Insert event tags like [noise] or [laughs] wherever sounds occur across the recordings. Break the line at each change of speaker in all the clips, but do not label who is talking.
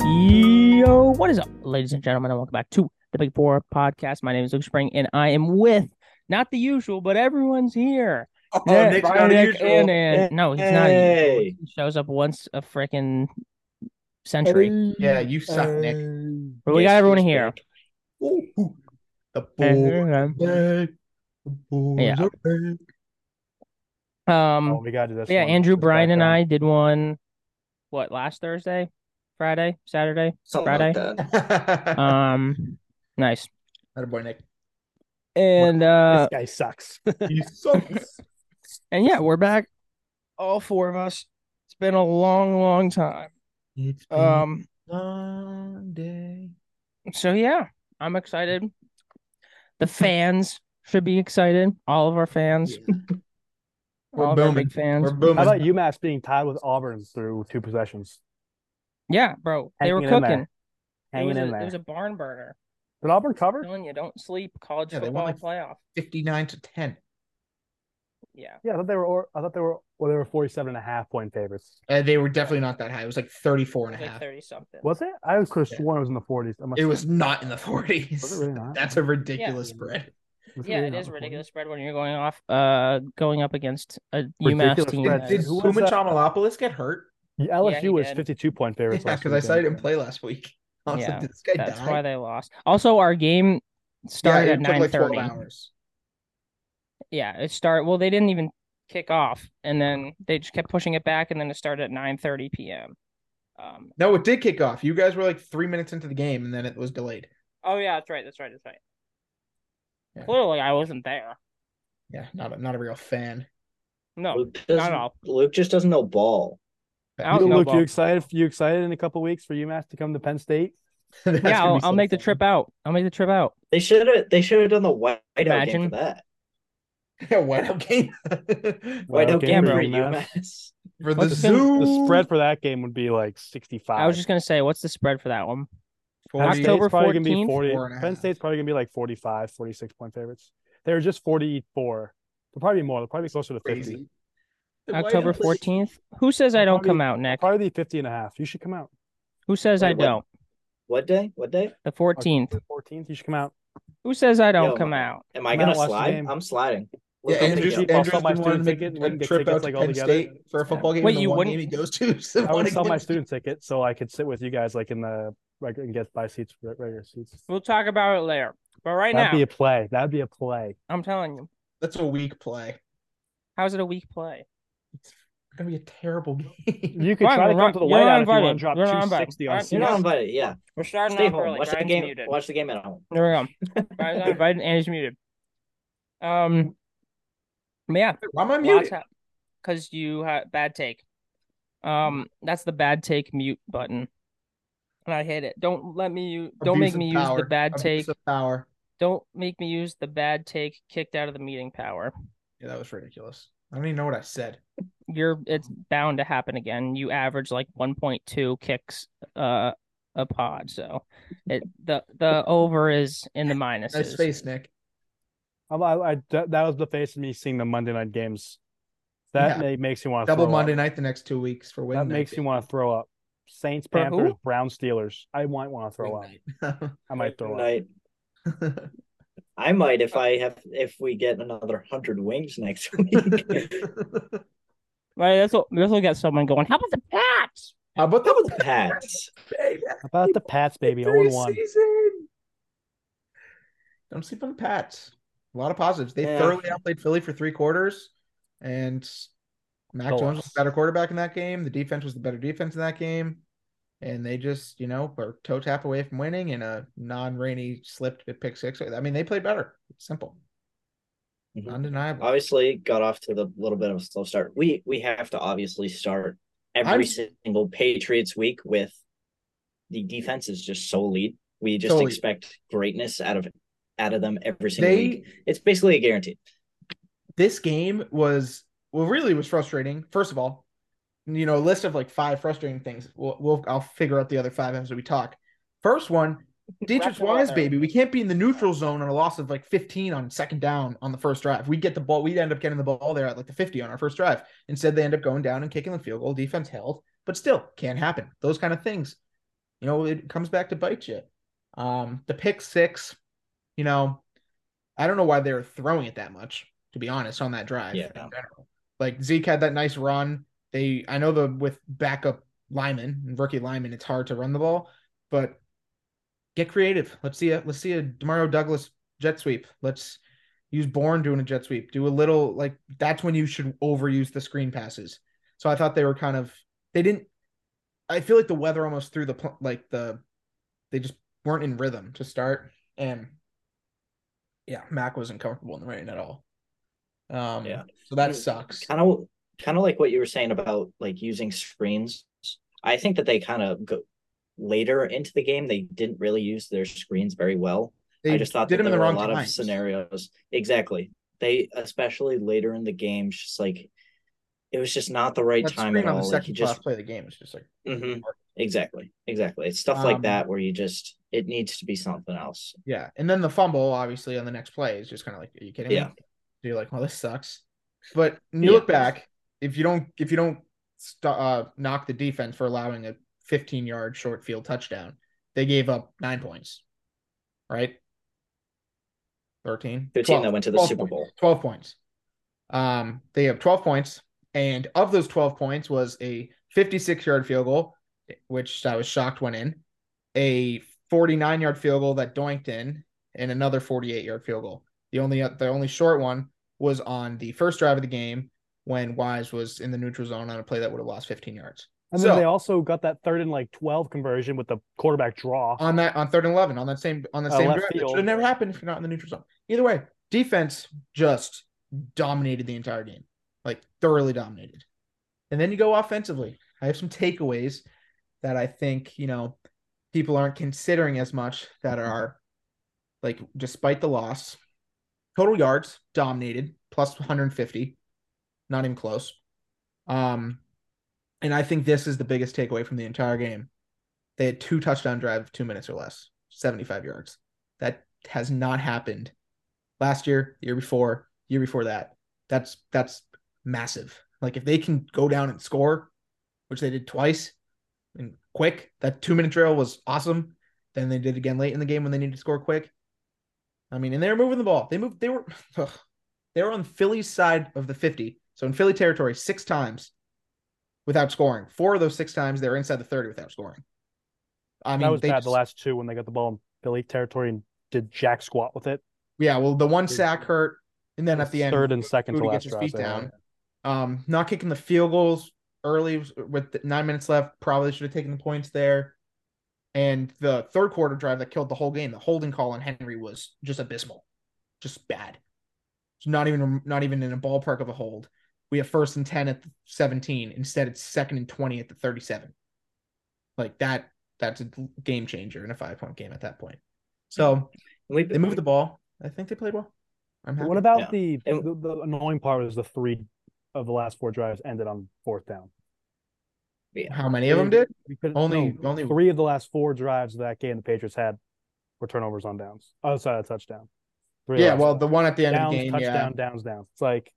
Yo, what is up, ladies and gentlemen, and welcome back to the Big Four podcast. My name is Luke Spring, and I am with not the usual, but everyone's here.
Oh,
Yeah,
Nick's
Brian
not
Nick
usual.
and- and- no, he's not. usual.
Hey.
He shows up once a freaking century.
Yeah, you suck, Nick.
But we got everyone here.
Ooh, ooh. The boys
Um,
are back. uh, The boys
Yeah.
are back.
Oh, we got to do this.
Um, yeah,
one
Andrew,
in the
Brian, and
background.
I did one. What last Thursday, Friday, Saturday?
Something
Friday?
uh,
like
[laughs]
that.
Um, nice.
Atta boy, Nick.
And uh,
This guy sucks.
You sucks.
and yeah, we're back, all four of us. It's been a long, long time.
It's been
Mm-hmm.
Um.
a long day.
So yeah, I'm excited. The fans should be excited. All of our fans,
We're
all of our
booming.
big fans.
We're booming.
How about UMass being tied with Auburn through two possessions?
Yeah, bro, they were
Hanging in there.
cooking. It
Hanging
was
in
a, It
there.
was a barn burner.
Did Auburn
I'm
cover?
telling you, don't sleep. College
Yeah, they
football
won
playoff.
59 to 10.
Yeah,
Yeah, I thought they were. or- I thought they were. Well, they were 47 and a half point favorites.
Uh, they were definitely not that high. It was like 34
it was
and a
like
half.
thirty something.
Was it? I was could have
Yeah.
sworn it was in the 40s. I must-
It was not in the
Was
40s.
it really not?
That's a ridiculous
Yeah.
spread.
Was
Yeah,
really
it
not
is
in the 40s?
ridiculous spread when you're going off, uh, going up against a UMass
Ridiculous
team.
spread.
that
Did
is-
who was
Puma
that?
Chamalopoulos get hurt?
The
he
LSU was
did.
52 point
[laughs] Yeah,
favorites. last
because I
weekend.
saw he didn't play last week. I was
Yeah,
like, did this guy
That's
die?
why they lost. Also, our game started
yeah,
at
it took
nine
like 12
thirty.
hours.
Yeah, it started. Well, they didn't even kick off, and then they just kept pushing it back, and then it started at 9:30 p.m. Um,
No, it did kick off. You guys were like three minutes into the game, and then it was delayed.
oh yeah, that's right, that's right, that's right.
Yeah.
Clearly, I wasn't there.
Yeah, not a, not a real fan.
No,
Luke, doesn't-
not all.
Luke just doesn't know ball.
I don't
You-
know
Luke, you
about-
excited? You excited in a couple weeks for UMass to come to Penn State?
[laughs] That's
yeah,
gonna
I'll,
be so
I'll make the
fun.
trip out. I'll make the trip out.
They should have. They should have done the whiteout
Imagine.
game for that.
[laughs] Yeah, whiteout [laughs] game
Well,
Whiteout
okay,
game
for
for
UMass.
UMass.
for the
What's the,
zoo.
the spread for that game would be like 65.
I was just gonna say, what's the spread for that one?
Penn
40.
State's
October
probably gonna be
14th?
40.
Four and a
Penn
half.
State's probably gonna be like 45, 46 point favorites. They were just 44. They'll probably be more. They'll probably be closer to 50.
Crazy. The
October
whiteout-
14th. Who says I don't come out, Nick?
Probably 50 and a half. You should come out.
Who says I
Wait, what?
don't?
[laughs] What day? What day?
The 14th.
October 14th. You should come [laughs] out.
Who says I don't
Yo,
come
my-
out?
Am I
Matt
gonna
watched the
slide?
game.
I'm sliding.
Yeah,
Look, I'm
Andrews,
thinking-
I'll
Andrews
sell my
been wanting
student
to make
ticket and
a
wouldn't get
trip
tickets
out to
like all
Penn
the other-
State for a football game.
Wait,
and the
you
one
wouldn't-
game he goes to. [laughs] is the
I
one
would sell my
against-
student ticket so I could sit with you guys like in the like and get buy seats re- regular seats.
We'll talk about it later. But right
That'd
now,
be a play. That'd be a play.
I'm telling you,
That's a weak play.
how's it a weak play?
It's gonna be a terrible [laughs] game.
You could
Fine,
try to
we're not-
come to the
you're not
whiteout if you
invited.
want to drop
You're not invited.
260 on
Alright,
You're
seats.
not invited. Yeah.
We're starting
Stay
off
home.
early.
Watch the
Brian's
game.
muted.
Watch the game at home.
There we go.
[laughs]
Brian's not invited and he's muted. Um, but yeah,
Why am I muted?
because you had bad take. Um, that's the bad take mute button, and I hate it. Don't let me. u- Don't make
Abuse of
me use
power.
the bad
Abuse
take.
of Power.
Don't make me use the bad take. Kicked out of the meeting power.
Yeah, that was ridiculous. I don't even know what I said.
You're. It's bound to happen again. You average like 1.2 kicks uh a pod, so it the the over is in the minuses.
Nice face, Nick.
I'm- I, I- that that was the face of me seeing the Monday night games. That
Yeah.
ma- makes me want to
Double Monday night the next two weeks for
That
Wednesday.
makes me want to throw up. Saints,
For who?
Panthers, Brown, Steelers. I might want to throw up. I might throw up.
Tonight. I might if I have if we get another hundred wings next [laughs] week.
Right. That's what. That's what got someone going. How about the Pats?
How about
How
that?
about the Pats?
How About the Pats, baby,
Victory
0 1.
season. Don't sleep on the Pats. A lot of positives. They
Yeah.
thoroughly outplayed Philly for three quarters, and Mac
Go
Jones was
us.
the better quarterback in that game. The defense was the better defense in that game, and they just you know were toe tap away from winning in a non-rainy slipped pick six. I mean, they played better. Simple,
Mhm.
undeniable.
obviously got off to the little bit of a slow start. We we have to obviously start every single Patriots week with the defense is just so lead. We just
Solely.
expect greatness out of out of them every single
They
week. It's basically a guarantee.
this game was well really was frustrating first of all you know a list of like five frustrating things we'll, we'll i'll figure out the other five as we talk first one digits
Rapid
wise
fire.
baby we can't be in the neutral zone on a loss of like 15 on second down on the first drive we get the ball we'd end up getting the ball there at like the 50 on our first drive instead they end up going down and kicking the field goal defense held but still can't happen those kind of things you know, it comes back to bite you. Um, the pick six, you know, I don't know why they were throwing it that much, to be honest, on that drive.
Yeah.
in general. Like Zeke had that nice run. They, I know the with backup linemen and rookie linemen, it's hard to run the ball, but get creative. Let's see a let's see a Demario Douglas jet sweep. Let's use Bourne doing a jet sweep. Do a little like that's when you should overuse the screen passes. So I thought they were kind of they didn't. I feel like the weather almost threw the pl- like the they just weren't in rhythm to start and yeah, Mac wasn't comfortable in the rain at all. Um,
Yeah.
so that sucks.
kind of kind of like what you were saying about like using screens i think that they kind of go later into the game they didn't really use their screens very well
They
i just thought
did
that
them in
there
the
were
wrong
a lot of
times.
scenarios exactly they especially later in the game just like it was just not the right
That
time
screen
at
on the
all like you
second
just
last play of the game is just like
Mhm. exactly exactly it's stuff like
Um,
that where you just it needs to be something else
Yeah, and then the fumble, obviously, on the next play is just kind of like, are you kidding
Yeah.
me? You're like, well, this sucks. But when you look
Yeah.
back, if you don't, if you don't st- uh, knock the defense for allowing a 15 yard short field touchdown, they gave up nine points, right? 13,
13
12,
that went to the
12
super
points,
bowl
12 points. Um, they have 12 points, and of those 12 points was a 56 yard field goal, which I was shocked went in, a 49 yard field goal that doinked in, and another 48 yard field goal. The only the only short one was on the first drive of the game when Wise was in the neutral zone on a play that would have lost 15 yards.
And then
So-
they also got that third and like 12 conversion with the quarterback draw.
on that on third and eleven on that same on that
Uh,
same
left
drive. It
field.
should have never happened if you're not in the neutral zone. Either way, defense just dominated the entire game, like thoroughly dominated. And then you go offensively. I have some takeaways that I think you know people aren't considering as much that are like despite the loss, total yards dominated plus 150, not even close. Um, and I think this is the biggest takeaway from the entire game. They had two touchdown drive, two minutes or less, 75 yards. That has not happened last year, the year before, year before that. That's that's massive. Like if they can go down and score, which they did twice and quick, that two minute drill was awesome. Then they did again late in the game when they needed to score quick. I mean, and they were moving the ball. They moved they were [laughs] ugh. they were on Philly's side of the 50. So in Philly territory six times without scoring. Four of those six times they were inside the 30 without scoring. I mean,
that was
they
bad
just-
the last two when they got the ball in Philly territory and did jack squat with it.
Yeah, well, the one sack hurt, and then at the end,
third and second to
Rudy
last
gets his
drive.
feet
they won.
down. Um, not kicking the field goals early with nine minutes left. Probably should have taken the points there. And the third quarter drive that killed the whole game, the holding call on Henry was just abysmal, just bad. It's not even not even in a ballpark of a hold. We have first and ten at the seventeen. Instead, it's second and twenty at the thirty-seven. Like that, that's a game changer in a five-point game at that point. So
we,
they moved the ball. I think they played well. I'm
But
happy.
What about
Yeah.
the,
And-
the the annoying part was the three of the last four drives ended on fourth down.
How many of them did?
We couldn't-
Only-
no,
only-
three of the last four drives of that game the Patriots had were turnovers on downs. Oh, sorry, a touchdown. Three
Yeah,
last
well,
ones.
the one at the end
downs,
of the game, yeah.
touchdown, downs, downs. It's like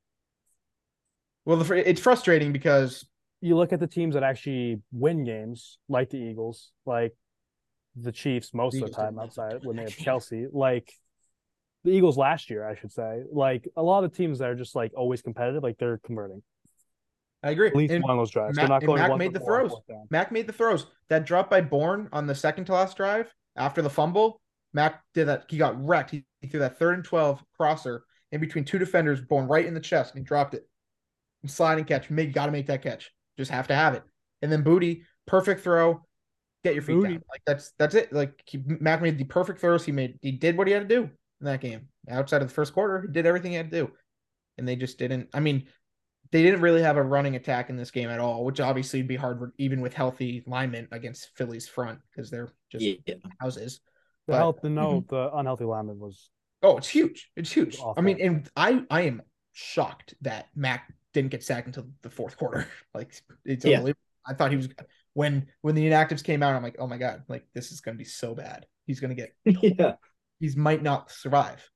Well, the, fr- it's frustrating because
you look at the teams that actually win games, like the Eagles, like the Chiefs most of
Eagles
the time
didn't
outside
do
when they have
that.
Kelsey, like the Eagles last year, I should say. Like a lot of teams that are just like always competitive, like they're converting.
I agree.
At least
And
one of those drives.
Mac-
they're not
and
going
Mac
one
made
for
the
four on
throws.
fourth down.
Mac made the throws. That drop by Bourne on the second to last drive after the fumble, Mac did that. He got wrecked. He, he threw that third and twelve crosser in between two defenders, Bourne right in the chest, and he dropped it. And slide and catch. Make got to make that catch. Just have to have it. And then Booty, perfect throw. Get your feet
Booty.
down. Like that's that's it. Like he, Mac made the perfect throws. He made he did what he had to do in that game. Outside of the first quarter, he did everything he had to do, and they just didn't. I mean, they didn't really have a running attack in this game at all, which obviously would be hard even with healthy linemen against Philly's front because they're just
[laughs] yeah.
houses.
The
But- Mm-hmm.
health, the no, the unhealthy lineman was
Oh, it's huge. It's huge. I
Awful.
mean, and I I am shocked that Mac didn't get sacked until the fourth quarter. [laughs] like it's
Yeah.
unbelievable. I thought he was when when the inactives came out, I'm like, oh my god, like this is gonna be so bad. He's gonna get
yeah
he's might not survive.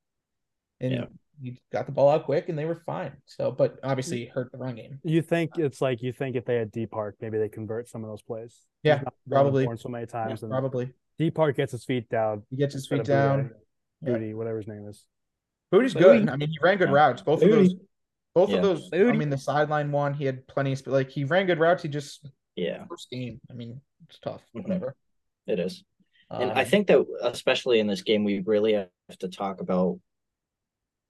And
Yeah.
you got the ball out quick and they were fine. So, but
Mm.
obviously it hurt the run game.
You think
Uh,
it's like you think if they had D Park, maybe they convert some of those plays.
Yeah,
He's not running
probably.
the horn so many
Yeah,
Mm.
times, and
probably.
D Park gets his feet down.
He gets his
instead
feet
of Bouye,
down. Yeah.
Booty, whatever his name is.
Booty's
Booty.
good. I mean, he ran good
Yeah.
routes. Both of those,
Booty.
both
Yeah.
of those. I
Booty.
mean, the sideline one, he had plenty of sp- like he ran good routes. He just
Yeah,
first game. I mean, it's tough.
Mhm.
Whatever.
it is. And I
Um,
think that especially in this game, we really have to talk about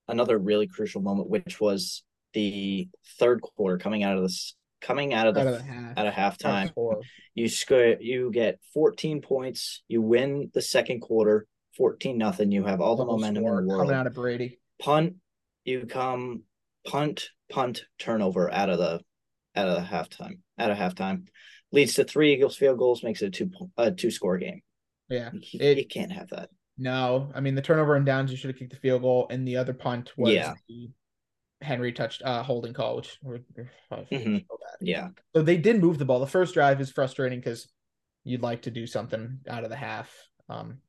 another really crucial moment, which was the third quarter coming out of this coming out of the
out of the half,
out of halftime.
score.
You score you get 14 points, you win the second quarter, 14 nothing. You have all the
Double
momentum
score
in the
coming
world.
out of Brady.
punt, you come punt, punt, turnover out of the out of the halftime. Out of halftime. Leads to three Eagles field goals, makes it a two po- a two score game.
Yeah.
You,
It-
you can't have that.
No, I mean the turnover and downs. You should have kicked the field goal, and the other punt was
Yeah.
the Henry touched uh, holding call, which were, were- oh,
Mhm.
so bad.
Yeah.
So they did move the ball. The first drive is frustrating because you'd like to do something out of the half. Um,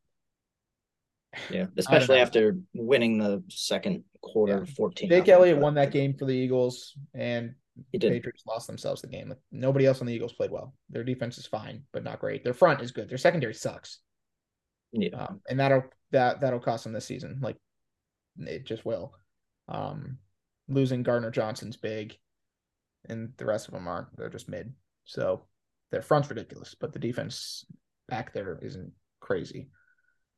Yeah, especially
know.
after winning the second quarter,
Yeah.
fourteen.
Jake
nothing.
Elliott won that game for the Eagles, and
He
the
did.
Patriots lost themselves the game. Like, nobody else on the Eagles played well. Their defense is fine, but not great. Their front is good. Their secondary sucks,
Yeah.
um, and that'll that that'll cost them this season. Like it just will. Um, losing Gardner Johnson's big, and the rest of them aren't. They're just mid. So their front's ridiculous, but the defense back there isn't crazy.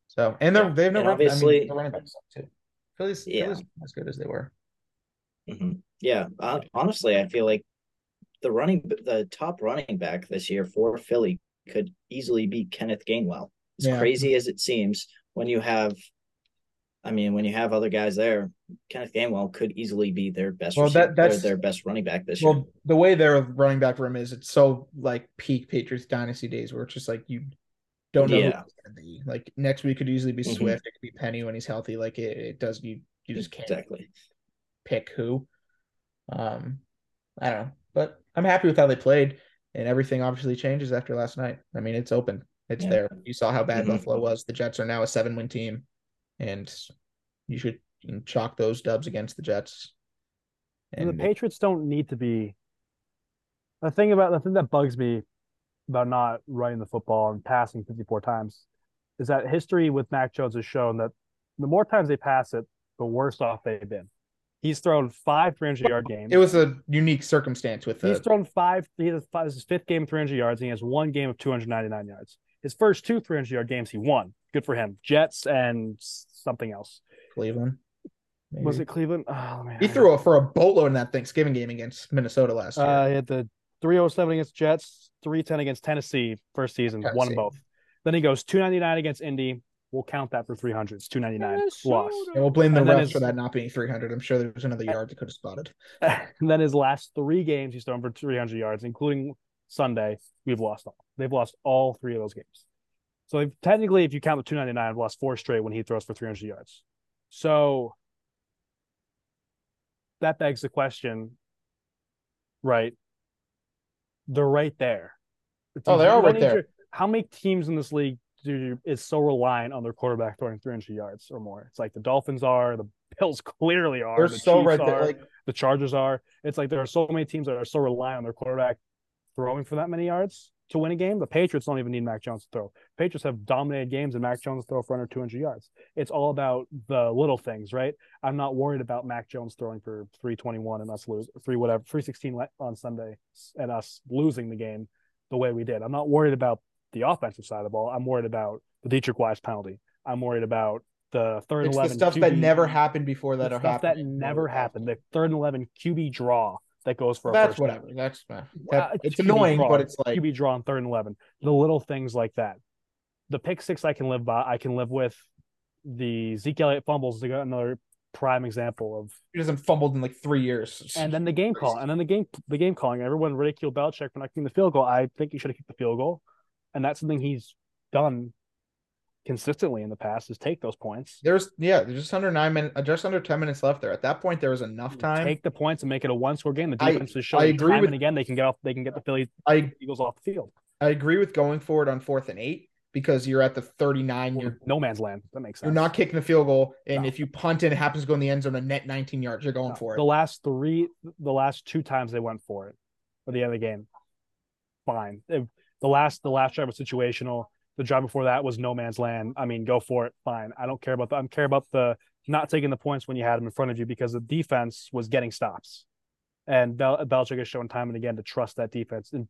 So and they're
Yeah,
they have no
and
run- I
obviously-
mean, their running backs suck too. Philly's,
Yeah.
Philly's not as good as they were. Mm-hmm.
Mhm. Yeah. Uh, honestly, I feel like the running, the top running back this year for Philly could easily be Kenneth Gainwell. As
Yeah.
crazy as it seems, when you have, I mean, when you have other guys there, Kenneth Gainwell could easily be their best.
Well,
Well,
that- that's-
their best running back this year.
Well, the way their running back room is, it's so like peak Patriots dynasty days where it's just like you don't know
Yeah.
who it's gonna be. Like next week could easily be
Mhm.
Swift, it could be Penny when he's healthy. Like it, it does you you just can't
Exactly.
pick who. Um I don't know. But I'm happy with how they played and everything obviously changes after last night. I mean it's open. It's
Yeah.
there. You saw how bad
Mhm.
Buffalo was. The Jets are now a seven win team and you should you can chalk those dubs against the Jets.
And the Patriots don't need to be. The thing about the thing that bugs me about not running the football and passing 54 times is that history with Mac Jones has shown that the more times they pass it, the worse off they've been. He's thrown five 300 yard games.
it was a unique circumstance with uh,
He's
the
thrown five. He has five, his fifth game, 300 yards, and he has one game of 299 yards. His first two 300 yard games, he won. Good for him. Jets and something else.
Cleveland.
Was
maybe.
it Cleveland? Oh, man.
He threw a, for a boatload in that Thanksgiving game against Minnesota last year.
Uh, he had the 307 against Jets, 310 against Tennessee first season, won
Tennessee.
them both. Then he goes 299 against Indy. We'll count that for 300. It's 299 loss.
and we'll blame the
and then
refs
his-
for that not being 300. I'm sure there was another yard they could have spotted.
[laughs] and then his last three games, he's thrown for 300 yards, including Sunday. We've lost all. They've lost all three of those games. So they've, technically, if you count the 299, I've lost four straight when he throws for 300 yards. So that begs the question, right? They're right there.
Oh, they
You
are
don't
right
need
there.
your- how many teams in this league do you, is so reliant on their quarterback throwing 300 yards or more? It's like the Dolphins are, the Bills clearly are.
They're
the
so
Chiefs
right
are
there. Like
the Chargers are. It's like there are so many teams that are so reliant on their quarterback throwing for that many yards to win a game. The Patriots don't even need Mac Jones to throw. Patriots have dominated games and Mac Jones throw for under 200 yards. It's all about the little things, right? I'm not worried about Mac Jones throwing for 321 and us lose three whatever 316 le- on Sunday and us losing the game the way we did. I'm not worried about the offensive side of the ball. I'm worried about the Dietrich Wise penalty. I'm worried about the third
it's
and
the
11
stuff that
QB
never happened before that
the
are
stuff that
happening.
never happened. The third and eleven QB draw that goes for a
That's
first
whatever.
down.
That's that,
Uh,
it's
QB
annoying,
draw,
but it's like
QB draw on third and eleven. The little things like that. The pick six I can live by. I can live with. The Zeke Elliott fumbles is another prime example of
he doesn't fumbled in like three years.
and then the game call, and then the game, the game calling. Everyone ridiculed Belichick for not kicking the field goal. I think he should have kicked the field goal, and that's something he's done consistently in the past is take those points,
there's yeah, there's just under nine minutes, just under ten minutes left there. At that point, there was enough time.
take the points, and make it a one score game. The
I-
defense is showing
agree
time
with-
and again they can get off, they can get the Philly
I
Eagles off the field.
I agree with going forward on fourth and eight. because you're at the 39. You're
no man's land. That makes sense.
you're not kicking the field goal, and
No.
if you punt and it happens to go in the end zone, a net 19 yards, you're going
No,
for it.
The last three, the last two times they went for it, for the other game, fine. If- the last, the last drive was situational. The drive before that was no man's land. I mean, go for it, fine. I don't care about the. I care about the not taking the points when you had them in front of you because the defense was getting stops, and Bel- Belichick has shown time and again to trust that defense. And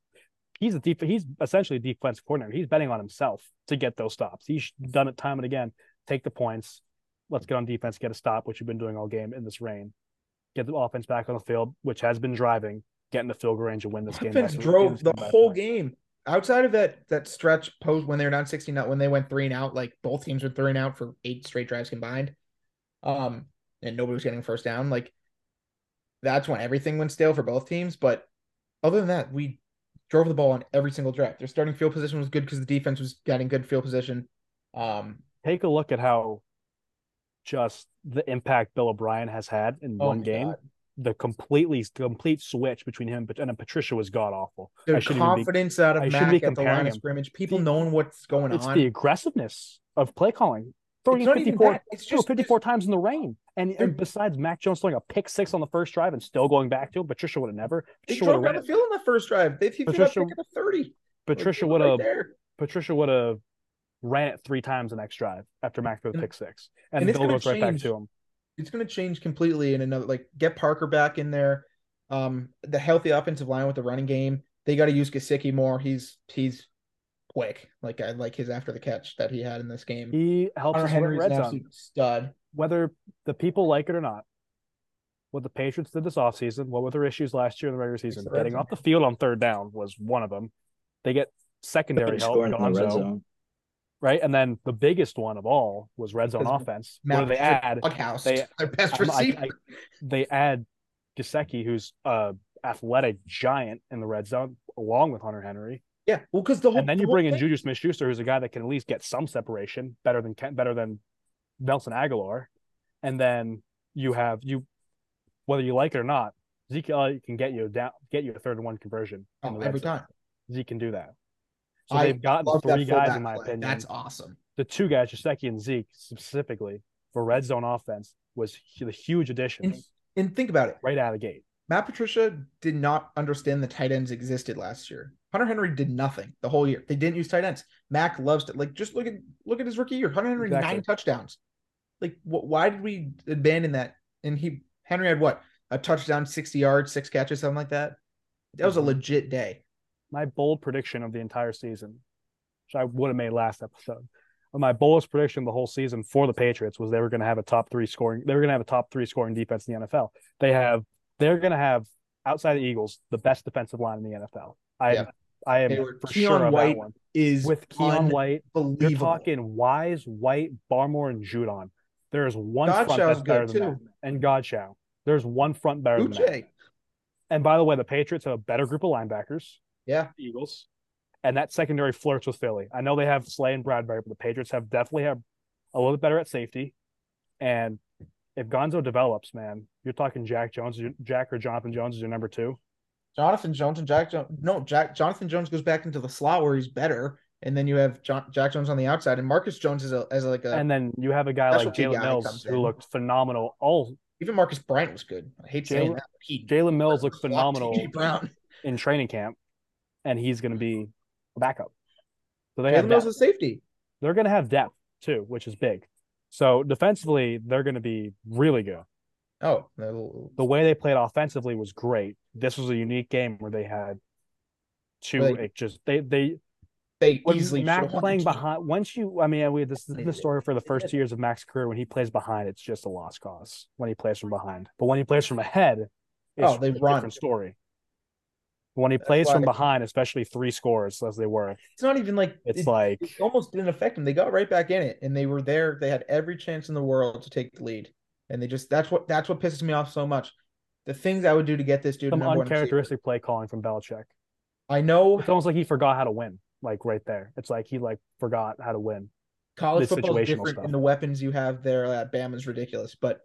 he's a def- He's essentially a defense coordinator. He's betting on himself to get those stops. He's done it time and again. Take the points. Let's get on defense, get a stop, which you've been doing all game in this rain get the offense back on the field, which has been driving, getting the field goal range and win this game. by-
Offense
win
drove
this
the
game by a
whole
point.
game. Outside of that that stretch post when they were down 16 not when they went three and out, like both teams were three and out for eight straight drives combined. Um, and nobody was getting a first down. Like that's when everything went stale for both teams. But other than that, we drove the ball on every single drive. Their starting field position was good because the defense was getting good field position. Um,
Take a look at how just the impact Bill O'Brien has had in
oh
one
my
game.
God.
The completely complete switch between him and Pat- and Patricia was god awful.
Their
shouldn't even be-
confidence out
I
of
shouldn't
Mac
be
at the line
comparing
of
him.
scrimmage, people
The-
knowing what's going
It's
on.
the aggressiveness of play calling. Throwing
It's
it
not even
54,
that. It's
threw
just-
54 times in the rain. And,
They're-
and besides Mac Jones throwing a pick six on the first drive and still going back to him, Patricia would have never.
They
Patricia would
drove down the
have
field on that first drive. They think
Patricia-
picking up 30. Like,
Patricia
they
would
were right
have
there.
Patricia would have ran it three times the next drive after Mac threw the
And-
pick six, and,
and it's
Bill
gonna
goes right back
change.
to him.
it's going to change completely in another like get Parker back in there. Um, the healthy offensive line with the running game, they got to use Gasicki more. He's he's quick. Like I like his after the catch that he had in this game.
He helps
Hunter
us win
Henry's an
red zone,
absolute stud.
whether the people like it or not. What the Patriots did this offseason, what were their issues last year in the regular season?
the red
Getting
zone.
off the field on third down was one of them. They get secondary
Couldn't
help,
score in the red
Gonzo,
zone.
right? And then the biggest one of all was red zone
Because
offense.
Matt
What do they
Patricia
add?
Buckhouse,
they-
their best
I'm- I-
receiver.
I- they add Gasecki, who's a athletic giant in the red zone, along with Hunter Henry.
yeah, well, because the whole
and then
the
you
whole
bring in
thing-
Juju Smith Schuster, who's a guy that can at least get some separation, better than Ken, better than Nelson Aguilar. And then you have you, whether you like it or not, Zeke Elliott can get you down, get you a third and one conversion. in
oh,
the red
every
zone.
time.
Zeke can do that. So
I
they've gotten
Love that
three guys,
fullback
in my
play.
opinion.
That's awesome.
the two guys, Jaceki and Zeke, specifically for red zone offense, was hu- the huge addition
And, and think about it.
right out of the gate.
Matt Patricia did not understand the tight ends existed last year. Hunter Henry did nothing the whole year. They didn't use tight ends. Mac loves to like just look at look at his rookie year. Hunter Henry
Exactly.
nine touchdowns. Like wh- why did we abandon that? And he Henry had what a touchdown, sixty yards, six catches, something like that. That was a
Mhm.
legit day.
my bold prediction of the entire season, which I would have made last episode, but my boldest prediction the whole season for the Patriots was they were going to have a top three scoring. They were going to have a top three scoring defense in the NFL. They have. They're going to have outside the Eagles the best defensive line in the NFL. I am.
Yeah.
I am
They were-
for
Keon
sure on that
White
one.
Is
With Keon White, you're
unbelievable.
talking Wise, White, Barmore, and Judon. There is one front
Godshall's
that's better
good
than that,
too.
and Godshaw. There's one front better than that.
Uche.
And by the way, the Patriots have a better group of linebackers.
Yeah.
The Eagles. And that secondary flirts with Philly. I know they have Slay and Bradbury, but the Patriots have definitely have a little bit better at safety. And if Gonzo develops, man, you're talking Jack Jones, Jack or Jonathan Jones is your number two.
Jonathan Jones and Jack Jones. No, Jack Jonathan Jones goes back into the slot where he's better, and then you have John, Jack Jones on the outside, and Marcus Jones is a, as like a
And then you have a guy like
Specialty
Jalen
guy
Mills
comes
who
in.
looked phenomenal. All
Even Marcus Bryant was good. I hate saying
Jalen-
that. But he
Jalen Mills looked phenomenal
T.J. Brown.
in training camp, and he's going to be a backup. So they have
Jalen
that.
Mills is safety.
they're going to have depth too, which is big. So defensively, they're going to be really good.
Oh, no.
The way they played offensively was great. This was a unique game where they had two.
Right.
It just they they
they
when
easily
Mac
should've won the
playing
game.
behind. Once you, I mean, we this is
They
the
did.
story for the
They
first
did.
two years of Mac's career. When he plays behind, it's just a lost cause. When he plays from behind, but when he plays from ahead, it's
Oh, they
a
run.
different story. When he
That's
plays
why
from
they-
behind, especially three scores as they were,
It's not even like
it's
it,
like
it almost didn't affect them. They got right back in it, and they were there. They had every chance in the world to take the lead, and they just that's what that's what pisses me off so much. The things I would do to get this dude a
some
number one receiver.
uncharacteristic play calling from Belichick.
I know
It's almost like he forgot how to win, like right there. It's like he like forgot how to win.
college
the
football is
situational
different
stuff.
and the weapons you have there at Bama's ridiculous, but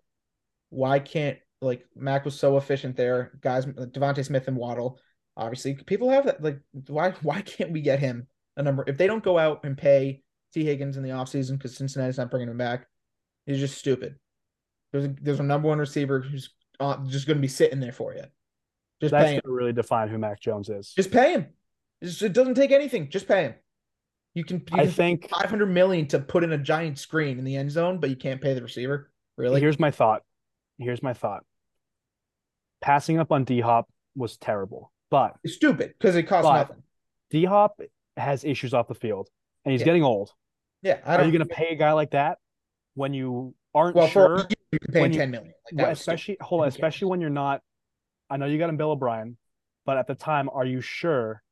why can't like Mac was so efficient there? Guys, Devonte Smith and Waddle, obviously, people have that. Like, why why can't we get him a number if they don't go out and pay T. Higgins in the offseason because Cincinnati's not bringing him back. He's just stupid. There's a, there's a number one receiver who's uh, just going to be sitting there for you. Just
That's
pay him.
going to really define who Mac Jones is.
Just pay him. It's- it doesn't take anything. Just pay him. You can. You
I
can
think
500 million to put in a giant screen in the end zone, but you can't pay the receiver. Really?
here's my thought. Here's my thought. Passing up on D Hop was terrible, but
it's stupid because it costs
But-
nothing.
D Hop has issues off the field, and he's
Yeah.
getting old.
Yeah, I
Are
don't.
you going to pay a guy like that when you aren't
well for
sure?
a year, you can pay him
when you-
10 million. Like, that
Well,
was stupid.
especially hold on,
Who cares?
especially when you're not. I know you got him Bill O'Brien, but at the time, are you sure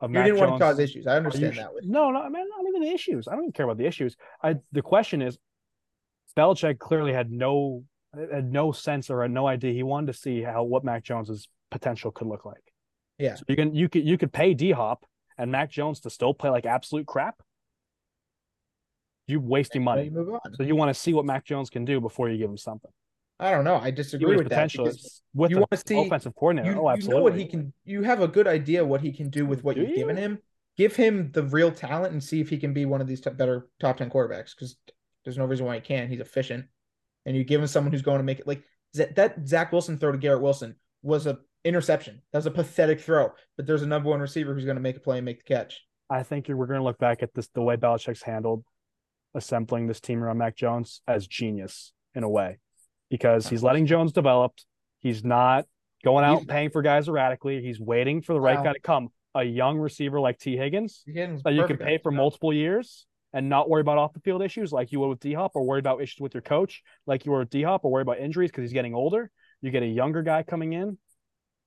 of
you
Mac
didn't
Jones?
want to cause issues. I
Are you
understand
sh-
that. With
No, no, I mean, not even the issues. I don't even care about the issues. I the question is, Belichick clearly had no had no sense or had no idea. He wanted to see how what Mac Jones's potential could look like.
Yeah.
so you can you could you could pay D Hop and Mac Jones to still play like absolute crap. You're wasting
Well,
money.
you move on.
So you want to see what Mac Jones can do before you give him something.
I don't know. I
Give him
disagree
his
with that.
potential
because
It's with
you
the
wanna see-
offensive [laughs] coordinator.
You,
oh,
you know what
absolutely.
he can. You have a good idea what he can do with what
Do
you've
you?
given him. Give him the real talent and see if he can be one of these t- better top ten quarterbacks. Because there's no reason why he can't. He's efficient, and you give him someone who's going to make it. Like Z- that Zach Wilson throw to Garrett Wilson was a interception. That was a pathetic throw. But there's a number one receiver who's going to make a play and make the catch.
I think you're, we're going to look back at this the way Belichick's handled assembling this team around Mac Jones as genius in a way, because he's letting Jones develop. He's not going out
He's-
and paying for guys erratically. He's waiting for the right
Wow.
guy to come. A young receiver like T. Higgins
Higgins,
that you can
perfect.
pay for multiple years and not worry about off the field issues like you would with D Hop, or worry about issues with your coach like you were with D Hop, or worry about injuries because he's getting older. You get a younger guy coming in,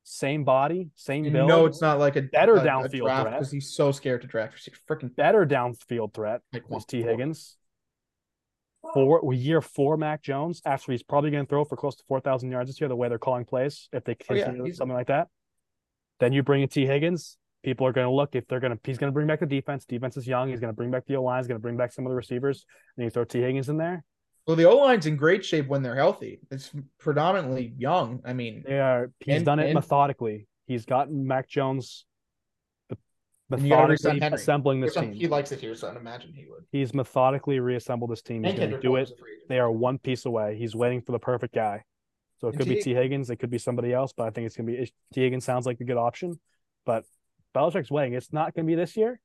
same body, same
You
build.
know it's not like a
Better
a,
downfield threat.
because he's so scared to draft. He's freaking
better downfield threat
like
was T. Higgins. Four well, year four Mac Jones after he's probably going to throw for close to four thousand yards this year. The way they're calling plays, if they
Oh, yeah,
continue
he's-
something like that, then you bring in T. Higgins. People are going to look if they're going to. He's going to bring back the defense. Defense is young. He's going to bring back the O line. He's going to bring back some of the receivers. And you throw T. Higgins in there.
Well, the O line's in great shape when they're healthy. It's predominantly young. I mean,
They are. He's
And-
done it
and-
methodically. He's gotten Mac Jones me-
And you gotta resign
methodically
Henry,
assembling this
which I'm-
team.
he likes it here, so I'd imagine he would.
He's methodically reassembled this team. He's
And
going to
Kendrick
do it
Bourne's a free agent.
they are one piece away. He's waiting for the perfect guy. So it
And
could be
T-
T. Higgins, it could be somebody else, but I think it's gonna be it- T. Higgins sounds like a good option. But Belichick's waiting. It's not gonna be this year.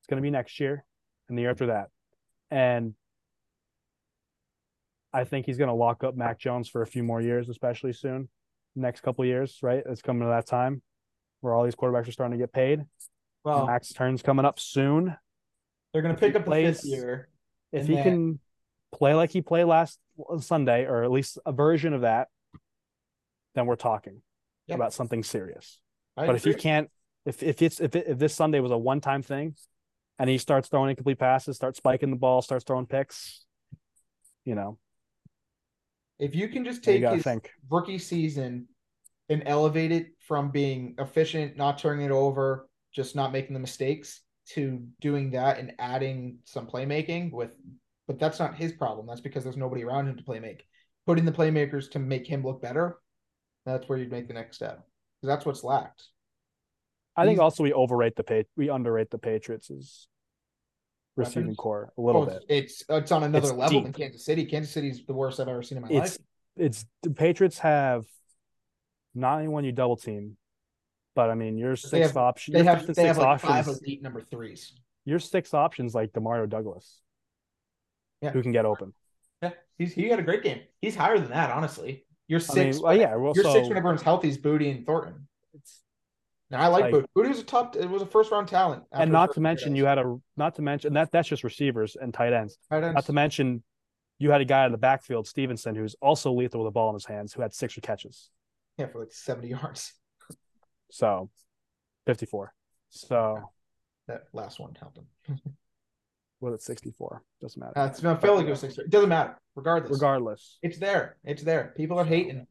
It's gonna be next year and the year after that. And I think he's gonna lock up Mac Jones for a few more years, especially soon. Next couple years, right? It's coming to that time where all these quarterbacks are starting to get paid.
Well,
Mac's turn's coming up soon.
they're going to
if he
pick up the
plays-
fifth year.
if
in
he
that-
can play like he played last Sunday, or at least a version of that, then we're talking
Yeah.
about something serious.
I
but if he
agree.
can't, if if it's if, it, if this Sunday was a one time thing, and he starts throwing incomplete passes, starts spiking the ball, starts throwing picks, you know,
if you can just
then you
take
gotta
his
think.
rookie season and elevate it from being efficient, not turning it over, just not making the mistakes, to doing that and adding some playmaking with. But that's not his problem. That's because there's nobody around him to play make. Put in the playmakers to make him look better. That's where you'd make the next step because that's what's lacked.
I think
he's-
also we overrate the pay, we underrate the Patriots' receiving
Weapons?
core a little
Oh,
bit.
It's it's on another
It's
level than
deep.
Kansas City. Kansas City's the worst I've ever seen in my
it's
life.
it's the Patriots have not anyone you double team, but I mean your
They
sixth
have-
option.
They
your
have
fifth and
they have
sixth
like five
options-
elite number threes.
your six options like Demario Douglas,
Yeah.
who can get open.
Yeah, he's he had a great game. He's higher than that, honestly. You're six.
I mean, well,
when-
yeah, well,
you're
so
six when everyone's healthy is Booty and Thornton.
it's-
Now I like,
Like-
Booty. Booty was a top. It was a first round talent.
and not to mention you had a not to mention that that's just receivers and tight ends. Not to mention you had a guy in the backfield, Stevenson, who's also lethal with a ball in his hands, who had six catches.
yeah, for like seventy [laughs] yards.
So fifty-four. So
That last one helped him.
was it sixty-four? Doesn't matter.
Uh, it's not felt like it was six. It doesn't matter. Regardless,
Regardless.
it's there. It's there. People are hating.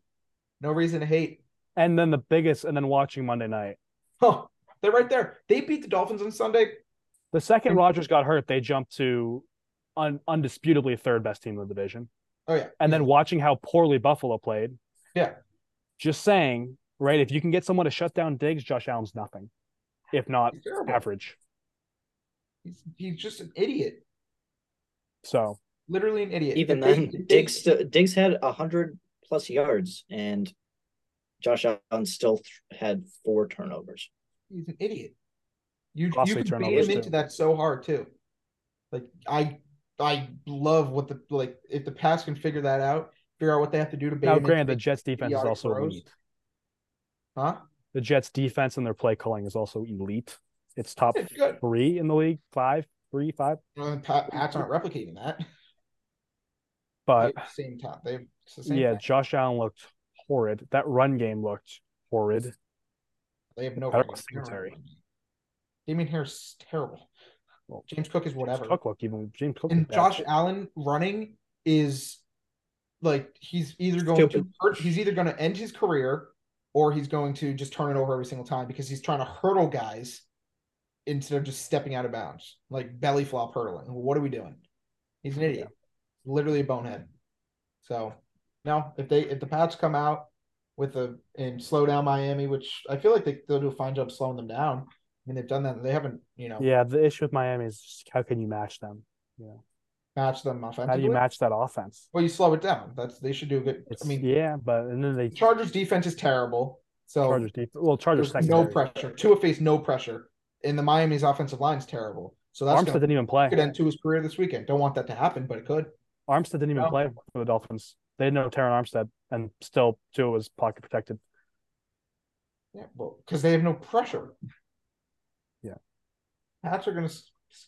No reason to hate. [laughs]
And then the biggest and then watching Monday night.
Oh, they're right there. They beat the Dolphins on Sunday.
The second
And-
Rodgers got hurt, they jumped to un- undisputably third best team in the division.
Oh yeah,
and then watching how poorly Buffalo played.
Yeah.
Just saying, right? If you can get someone to shut down Diggs, Josh Allen's nothing, if not
He's terrible.
average.
He's, he's just an idiot.
So
Literally an idiot.
Even
If they-
then,
if they-
Diggs st- Diggs had hundred plus yards, and Josh Allen still th- had four turnovers.
he's an idiot. You you
Costly
could bait
turnovers,
him into
too.
that so hard too. Like I I love what the like if the pass can figure that out, figure out what they have to do to bait
now,
him
granted, the
into
Jets defense is
idiotic
also
throws.
elite.
huh?
The Jets defense and their play calling is also elite. It's top
It's good.
three in the league, five, three, five.
Uh, Pat, Pats aren't replicating that.
But
They have the same top. They have it's the same
Uh, yeah,
thing.
Josh Allen looked horrid. That run game looked horrid.
They have no
I don't know,
running- they don't have
Singletary.
a running game. Damian Harris is terrible.
Well,
James Cook is whatever.
James Cook looked even James Cook.
and
looked bad.
Josh Allen running is like he's either going to
Stupid.
hurt, he's either going to end his career or he's going to just turn it over every single time because he's trying to hurdle guys instead of just stepping out of bounds, like belly flop hurdling. What are we doing? He's an idiot, literally a bonehead. So now, if they if the Pats come out with a and slow down Miami, which I feel like they, they'll do a fine job slowing them down. I mean, they've done that. They haven't, you know,
Yeah, the issue with Miami is just how can you match them?
matched them offensively.
How do you match that offense?
Well, you slow it down. That's they should do a good.
It's,
I mean,
yeah, but and then they
Chargers defense is terrible, so
Chargers defense. Well, Chargers
there's
secondary.
no pressure. Tua faced no pressure, and the Miami's offensive line is terrible. So that's
Armstead
going
didn't even play.
could end to his career this weekend. Don't want that to happen, but it could.
Armstead didn't even
No.
play for the Dolphins. They didn't know Taron Armstead, and still Tua was pocket protected.
Yeah, well, because they have no pressure.
Yeah.
Pats are going to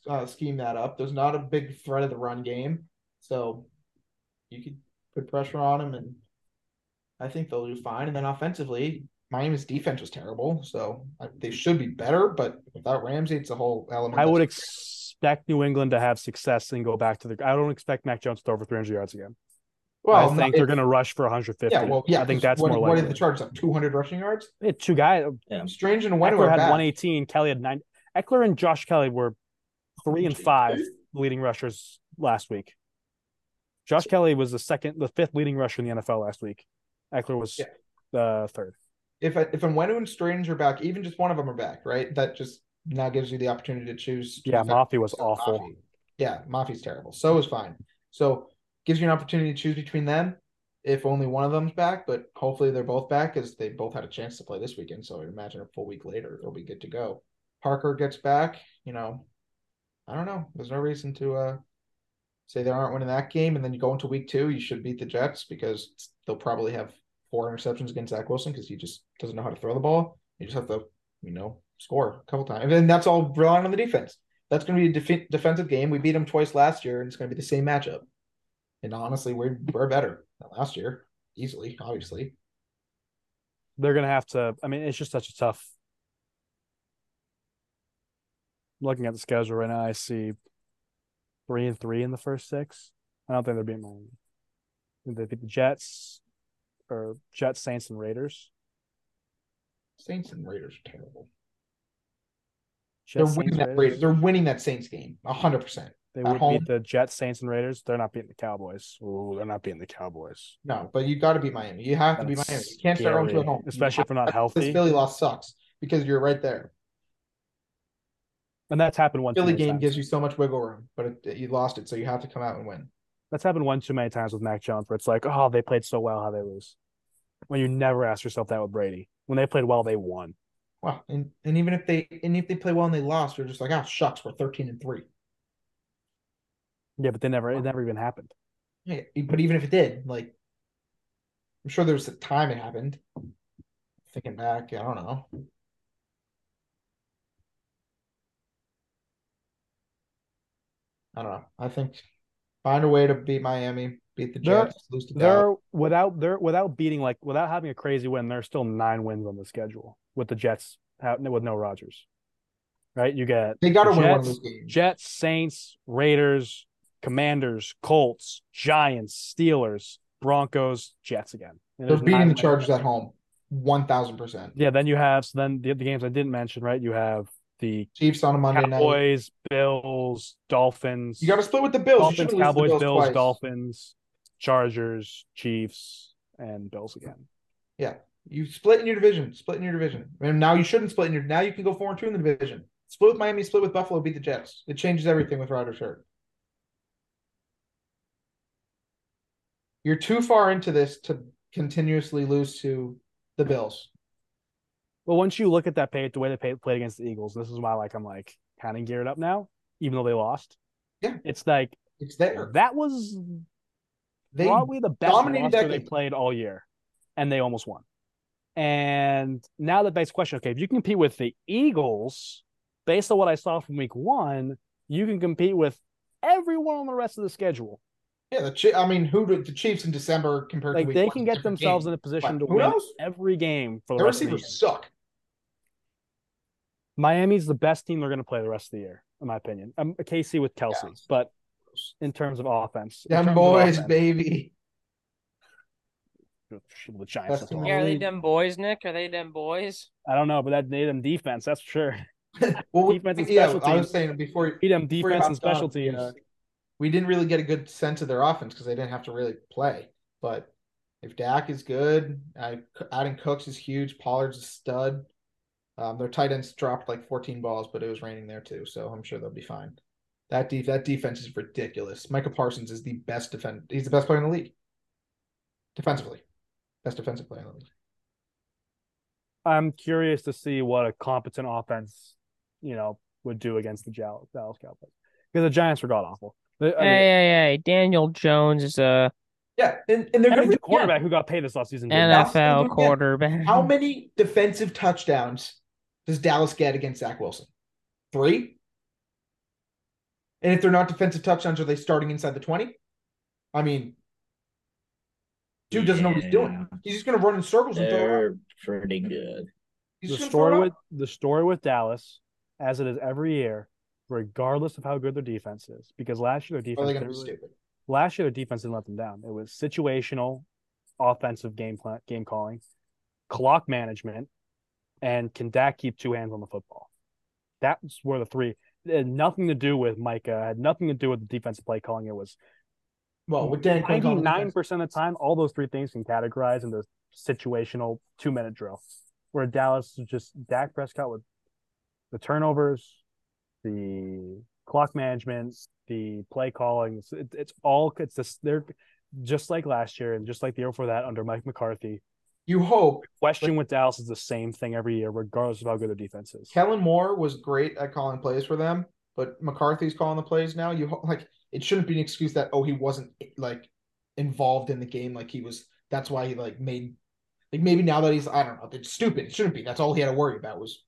uh, scheme that up. There's not a big threat of the run game, so you could put pressure on them, and I think they'll do fine. And then offensively, Miami's defense was terrible, so I, they should be better. But without Ramsey, it's a whole element.
I would
that's-
expect New England to have success and go back to the. I don't expect Mac Jones to throw for 300 yards again. I
no,
think they're
it's-
going to rush for 150.
Yeah, well, yeah.
I think
'cause
that's
what,
more
what
likely.
did the Chargers have? 200 rushing yards.
They had two guys.
Strange and Wendt
Eckler
were
had
back.
118. Kelly had nine. Eckler and Josh Kelly were three and five leading rushers last week. Josh Kelly was the second, the fifth leading rusher in the NFL last week. Eckler was
Yeah.
the third.
if I, if Nwenu and Strange are back, even just one of them are back, right? That just now gives you the opportunity to choose.
Yeah,
Mafi
Mafi was awful.
Yeah, Mafi's terrible. So is fine. So gives you an opportunity to choose between them. If only one of them's back, but hopefully they're both back because they both had a chance to play this weekend. So I imagine a full week later it'll be good to go. Parker gets back. You know, I don't know. There's no reason to uh, say they aren't winning that game. And then you go into week two, you should beat the Jets because they'll probably have four interceptions against Zach Wilson because he just doesn't know how to throw the ball. You just have to, you know, score a couple times. And that's all relying on the defense. That's going to be a def- defensive game. We beat them twice last year, and it's going to be the same matchup. And honestly, we're, we're better than last year, easily, obviously.
They're going to have to. I mean, it's just such a tough. Looking at the schedule right now, I see three and three in the first six. I don't think they're beating Miami. I think They beat the Jets or Jets, Saints, and Raiders.
Saints and Raiders are terrible. They're
Jets,
winning
Saints,
that Raiders. They're winning that Saints game, hundred percent.
They
At
would
home?
beat the Jets, Saints, and Raiders. They're not beating the Cowboys. Ooh, they're not beating the Cowboys.
No, but you got to beat Miami. You have to beat
That's
Miami. You can't start home to
scary,
at home, You
especially if they're not
have- This
healthy.
Philly loss sucks because you're right there.
And that's happened one too
Philly
many
game
times.
gives you so much wiggle room, but it, you lost it, so you have to come out and win.
That's happened one too many times with Mac Jones, where it's like, oh, they played so well, how they lose. When you never ask yourself that with Brady. When they played well, they won.
Well, and, and even if they and if they play well and they lost, you're just like, oh shucks, we're thirteen and three.
Yeah, but they never. It never even happened.
Yeah, but even if it did, like, I'm sure there was a time it happened. Thinking back, I don't know. I don't know. I think find a way to beat Miami, beat the
They're-
Jets, lose to Dallas.
They're without they're without beating like without having a crazy win. They're still nine wins on the schedule with the Jets out with no Rodgers. Right, you get
They got to win one of
Jets-
those games.
Jets, Saints, Raiders, Commanders, Colts, Giants, Steelers, Broncos, Jets again. And
They're
there's
beating
nine
the
wins.
Chargers at home, one thousand percent.
Yeah, then you have so then the, the games I didn't mention, right? You have the
Chiefs on a Monday night.
Cowboys, Bills, Dolphins,
You got to split with the Bills. You
Dolphins,
shouldn't lose to the
Cowboys, Bills,
twice.
Dolphins, Chargers, Chiefs, and Bills again.
You split in your division. Split in your division. And now you shouldn't split in your. Now you can go four and two in the division. Split with Miami. Split with Buffalo. Beat the Jets. It changes everything with Rodgers hurt. You're too far into this to continuously lose to the Bills.
But once you look at that pay, the way they pay, played against the Eagles, this is why like I'm like kind of geared up now, even though they lost.
Yeah.
it's like
It's there.
that was
They
probably the best
dominated
roster
that
they
game.
played all year, and they almost won. And now that begs the question: Okay, if you can compete with the Eagles, based on what I saw from Week One, you can compete with everyone on the rest of the schedule.
yeah. The Chi- I mean, who did the Chiefs in December compared to
Like
week
they
one
can
is a
get
different
themselves in
game.
a position
But
to
who
win
knows?
every game for the
Their
rest of the
receivers
year.
suck.
Miami's the best team they're going to play the rest of the year, in my opinion. Um, KC with Kelsey, but in terms of offense, in terms
Them
of
boys,
offense,
baby. [laughs]
the Giants.
Best
that's all.
team.
Yeah, are they
Believe-
them boys, Nick? Are they them boys?
I don't know, but that made them defense. That's for sure. [laughs]
Well, we-
Defense and
yeah,
special
I was
teams.
saying before
Beat them
before you
defense and
hopped on,
special teams.
uh, we didn't really get a good sense of their offense because they didn't have to really play. But if Dak is good, I, adding Cooks is huge. Pollard's a stud. Um, their tight ends dropped like 14 balls, but it was raining there too, so I'm sure they'll be fine. That def- that defense is ridiculous. Michael Parsons is the best defend. He's the best player in the league. Defensively, best defensive player in the league.
I'm curious to see what a competent offense, you know, would do against the Jal- Dallas Cowboys because the Giants were god awful. They- I mean,
hey, hey, hey! Daniel Jones is a
Yeah, and, and they're
every
going to
quarterback who got paid this offseason. did
Dallas
that.
NFL
Cowboys, yeah.
quarterback.
How
Mm-hmm.
many defensive touchdowns does Dallas get against Zach Wilson? Three? And if they're not defensive touchdowns, are they starting inside the 20? I mean, dude doesn't know what he's doing.
Yeah.
He's just going to run in circles and throw it up.
They're pretty good.
He's
the
just gonna
story
throw it
with
up.
the story with Dallas, as it is every year, regardless of how good their defense is, because last year their
Are
defense
they going to
didn't
be
really-
stupid?
last year their defense didn't let them down. It was situational, offensive game plan, game calling, clock management, and can Dak keep two hands on the football? That was where the three. It had nothing to do with Micah. Had nothing to do with the defensive play calling. It was
Well, with Dan Quinn calling the
ninety-nine
defense,
percent of the time. All those three things can categorize into situational two-minute drill. Where Dallas is just Dak Prescott with the turnovers, the clock management, the play calling. It's, it, it's all it's this. They're just like last year and just like the year before that under Mike McCarthy.
you hope
Question with Dallas is the same thing every year, regardless of how good their defense is.
Kellen Moore was great at calling plays for them, but McCarthy's calling the plays now. You ho- like it shouldn't be an excuse that oh he wasn't like involved in the game like he was. That's why he like made like maybe now that he's I don't know it's stupid. It shouldn't be. That's all he had to worry about was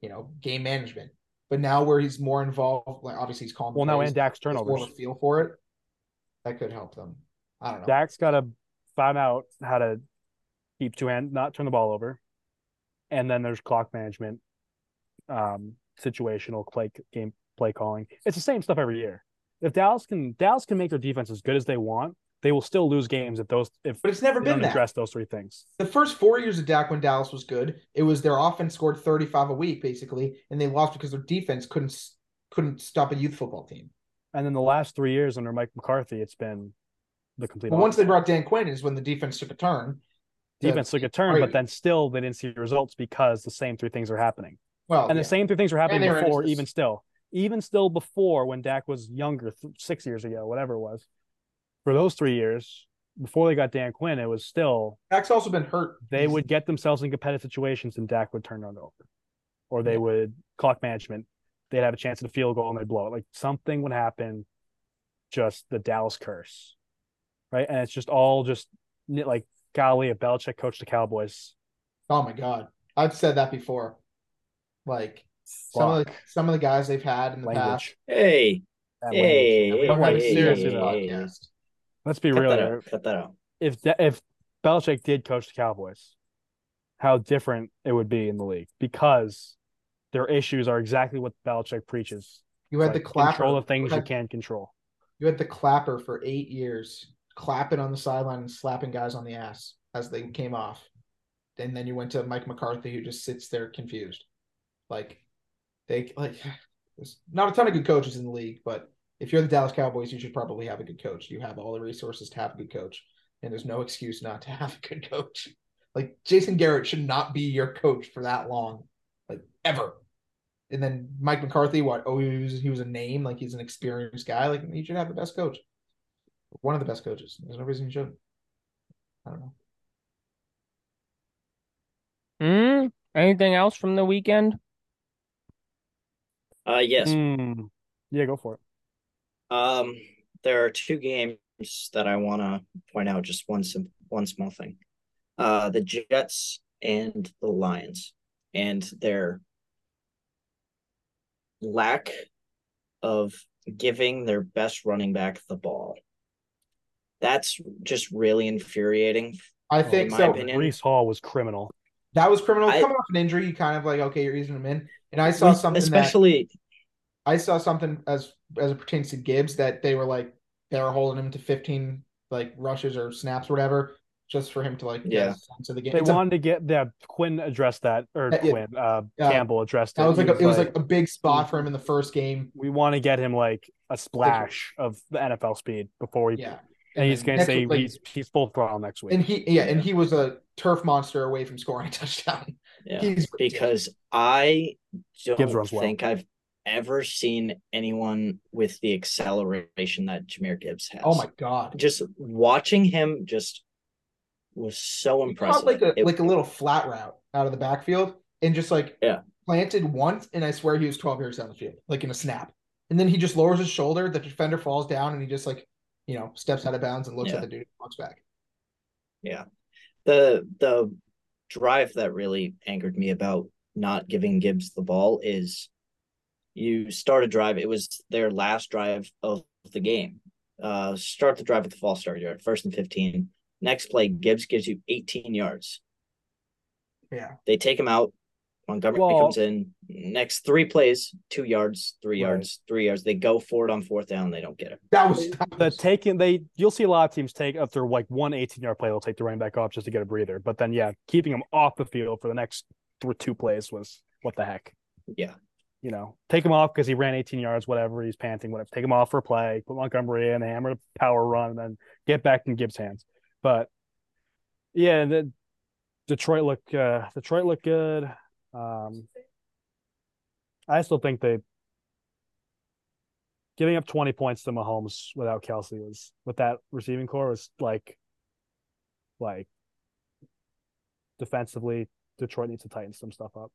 you know game management. But now where he's more involved, like obviously he's calling. the
Well, now
plays,
and Dak's
he has more
turnovers.
of a feel for it. That could help them. I don't know.
Dak's got to find out how to keep two hand, not turn the ball over, and then there's clock management, um, situational play game play calling. It's the same stuff every year. If Dallas can Dallas can make their defense as good as they want, they will still lose games if those if
but it's never
they don't
been that.
address those three things.
the first four years of Dak when Dallas was good, it was their offense scored 35 a week basically, and they lost because their defense couldn't couldn't stop a youth football team.
And then the last three years under Mike McCarthy, it's been the complete
But once they
opposite.
brought Dan Quinn, is when the defense took a turn.
defense took a turn,
Right.
but then still they didn't see results because the same three things are happening.
Well,
and
yeah.
the same three things were happening
they were in
before,
his-
even still, even still before when Dak was younger, th- six years ago, whatever it was. For those three years before they got Dan Quinn, it was still
Dak's also been hurt.
they
He's-
would get themselves in competitive situations and Dak would turn it over, or they
Yeah.
would clock management. They'd have a chance at a field goal and they'd blow it. Like something would happen, just the Dallas curse, right? And it's just all just ni- like golly, if Belichick coached the Cowboys,
Oh my god, I've said that before. Like some of the,
Fuck.
some of the guys they've had in the past.
language.
Hey,
That language.
hey,
We
hey,
don't have
hey,
a serious
hey, hey.
podcast.
Let's be
Cut
real.
that
here.
out. Cut that out.
if De- if Belichick did coach the Cowboys, how different it would be in the league because their issues are exactly what Belichick preaches.
You had
Like,
the clapper.
control the things
you
you
had,
can control.
you had the clapper for eight years, clapping on the sideline and slapping guys on the ass as they came off. And then you went to Mike McCarthy, who just sits there confused. Like they like there's not a ton of good coaches in the league, but if you're the Dallas Cowboys, you should probably have a good coach. You have all the resources to have a good coach, and there's no excuse not to have a good coach. Like Jason Garrett should not be your coach for that long, like ever. And then Mike McCarthy, what? Oh, he was, he was a name, like he's an experienced guy. Like you should have the best coach, one of the best coaches. There's no reason you shouldn't.
I don't know.
Mm, anything else from the weekend?
Uh, yes.
Mm.
Hmm. Yeah, go for it.
Um, there are two games that I want to point out. Just one sim- one small thing. Uh, the Jets and the Lions, and their lack of giving their best running back the ball. That's just really infuriating.
I
Oh,
think
my
so.
opinion.
Brees Hall was criminal.
That was criminal.
I-
Coming off an injury, you kind of like okay, you're easing him in. And I saw something that
especially
I saw something as as it pertains to Gibbs that they were like they were holding him to 15 like rushes or snaps or whatever just for him to like
Yeah.
a sense of the game.
They
It's a-
wanted to get that. Quinn addressed that, or
Yeah, yeah.
Quinn uh,
Yeah.
Campbell addressed it.
that was
He
like a, it was like a big spot for him in the first game.
we want to get him like a splash of the NFL speed before he.
Yeah,
And he's gonna
Next
say
week, like-
he's he's full throttle next week.
and he yeah, and he was a turf monster away from scoring a [laughs] touchdown.
yeah,
He's
because I
Gibbs
don't
runs well.
think I've ever seen anyone with the acceleration that Jameer Gibbs has.
oh my god,
Just watching him just was so
he caught
impressive.
like a
It-
like a little flat route out of the backfield and just like
Yeah.
planted once, and I swear he was 12 yards down the field, like in a snap. And then he just lowers his shoulder, the defender falls down, and he just like you know steps out of bounds and looks
Yeah.
at the dude, and walks back.
the the drive that really angered me about not giving Gibbs the ball is you start a drive. It was their last drive of the game. Uh, start the drive with the false start. You're at first and fifteen. Next play, Gibbs gives you eighteen yards.
Yeah.
They take him out. Montgomery
Well-
comes in. Next three plays, two yards, three
Right.
yards, three yards. They go for it on fourth down. They don't get it.
That was
the taking they you'll see a lot of teams take after like one 18 yard play they'll take the running back off just to get a breather but then yeah keeping him off the field for the next th- two plays was what the heck
Yeah.
you know take him off because he ran 18 yards whatever he's panting whatever take him off for a play put montgomery in hammer a power run and then get back in gibbs hands but yeah the detroit look uh detroit look good um i still think they giving up 20 points to Mahomes without Kelsey was with that receiving core was like like defensively Detroit needs to tighten some stuff up.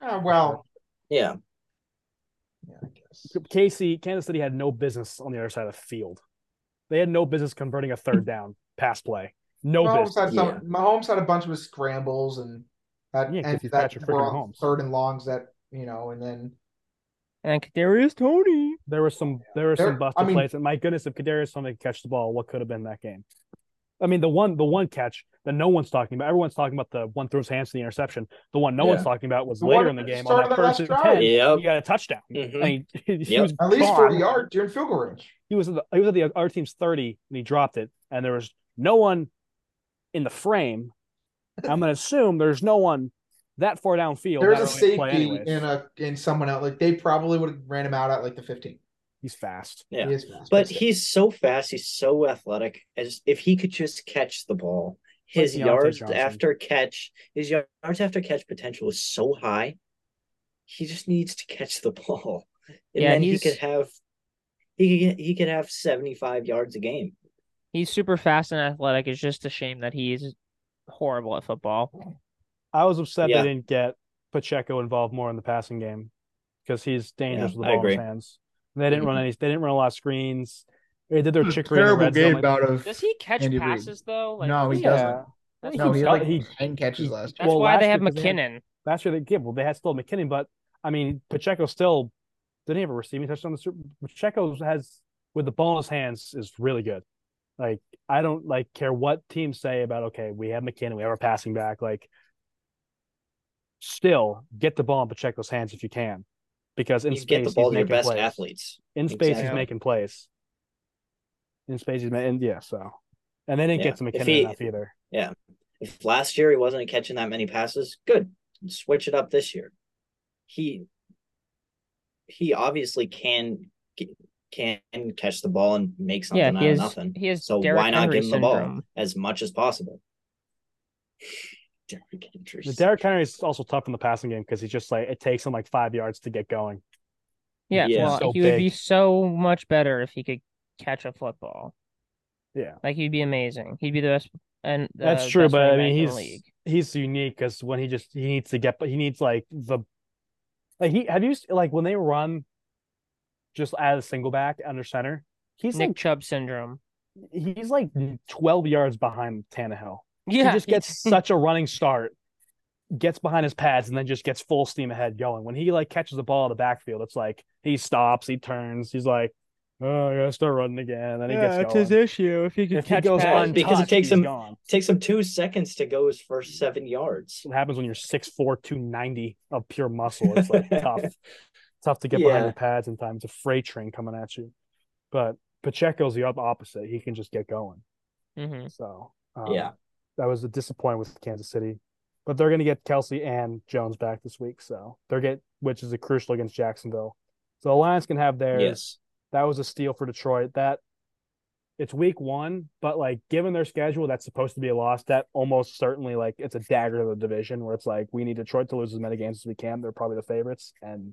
Uh, well,
Yeah.
yeah, I guess.
Casey, Kansas City had no business on the other side of the field. They had no business converting a
[laughs]
third down pass play. No
Mahomes
business.
had some. Mahomes had a bunch of his scrambles and that
Yeah, 'cause
and
he's
that
Patrick
were
freaking
on
Mahomes.
third and longs that you know, and then
And Kadarius Tony.
There were some there were
There-
some busted
I mean-
plays. And my goodness, if Kadarius Tony could catch the ball, what could have been that game? I mean, the one the one catch that no one's talking about. Everyone's talking about the one through his hands to the interception. The one no
Yeah.
one's talking about was
The one
later in the
at the
game
start
on that
of that
first
last
and
drive.
ten.
Yep.
He got a touchdown.
Mhm.
I mean, [laughs] he
Yep.
was
at least
gone.
forty yards, you're in field goal range.
He was at the, he was at the our team's thirty, and he dropped it. And there was no one in the frame. I'm gonna assume there's no one that far downfield.
There's
that
a
early in the play
safety
anyways.
in a in someone out. Like they probably would have ran him out at like the fifteen.
He's fast.
Yeah.
He is fast,
But
he's-
he's so fast. He's so athletic. As if he could just catch the ball, his
Deontay
yards
Johnson.
after catch, his yards after catch potential is so high. He just needs to catch the [laughs] ball, and
Yeah,
then
he's-
he could have, he could get, he could have seventy five yards a game.
He's super fast and athletic. It's just a shame that he's horrible at football.
I was upset
Yeah.
they didn't get Pacheco involved more in the passing game because he's dangerous
Yeah,
with
I
the ball in his
agree.
hands. And they didn't run any. They didn't run a lot of screens. They did their chickering. in the
terrible
red zone,
game
like-
out of.
Does he catch
Andy Reid.
passes though? Like,
No, he
yeah.
doesn't.
Yeah.
That's,
No, he had
got-
like
he-
ten catches last.
that's
Well,
why they
last
have
year 'cause they had-
McKinnon.
Last year they yeah, well they had still McKinnon, but I mean Pacheco still didn't he have a receiving touchdown. This year? Pacheco has with the ball in his hands is really good. Like I don't like care what teams say about okay we have McKinnon we have our passing back like still get the ball in Pacheco's hands if you can because in
You
space
get the ball
he's
to your
making
best
plays.
athletes.
in space he's
Exactly.
making plays in space he's making yeah so and they didn't
Yeah.
get to
If
McKinnon
he-
enough either
If last year he wasn't catching that many passes, good. Switch it up this year. He he obviously can can catch the ball and make something
Yeah,
out
he has.
of nothing.
He has.
So
Derrick
why not
Henry
give him the
syndrome.
ball as much as possible? [sighs] Derrick Henry.
The Derrick Henry is also tough in the passing game because he just like it takes him like five yards to get going.
Yeah,
Yeah.
well,
So
he would be
big.
so much better if he could catch a football.
Yeah.
Like he'd be amazing. He'd be the best. And the
That's true,
best
but I
running
mean
back in the
he's
league.
he's unique because when he just he needs to get, but he needs like the like he have you s- like when they run just as a single back under center, he's
Nick Chubb syndrome.
like he's like twelve yards behind Tannehill.
Yeah,
he just [laughs] gets such a running start, gets behind his pads, and then just gets full steam ahead going. When he like catches the ball in the backfield, it's like he stops, he turns, he's like, "Oh, I gotta start running again." Then he gets going.
issue. If he
If he goes
passes-
untouched,
Because it takes
he's
him-
gone.
takes him two seconds to go his first seven yards.
What happens when you're 6'4", 290 of pure muscle. It's
[laughs]
like tough, tough to get behind
Yeah.
the pads in time. It's a freight train coming at you. But Pacheco's the op- opposite. He can just get going.
hmm
So um,
Yeah.
that was a disappointment with Kansas City. But they're going to get Kelsey and Jones back this week, so they're get which is a crucial against Jacksonville. So the Lions can have theirs.
Yes.
That was a steal for Detroit. That it's week one, but like given their schedule, that's supposed to be a loss. That almost certainly like it's a dagger to the division where it's like we need Detroit to lose as many games as we can. They're probably the favorites, and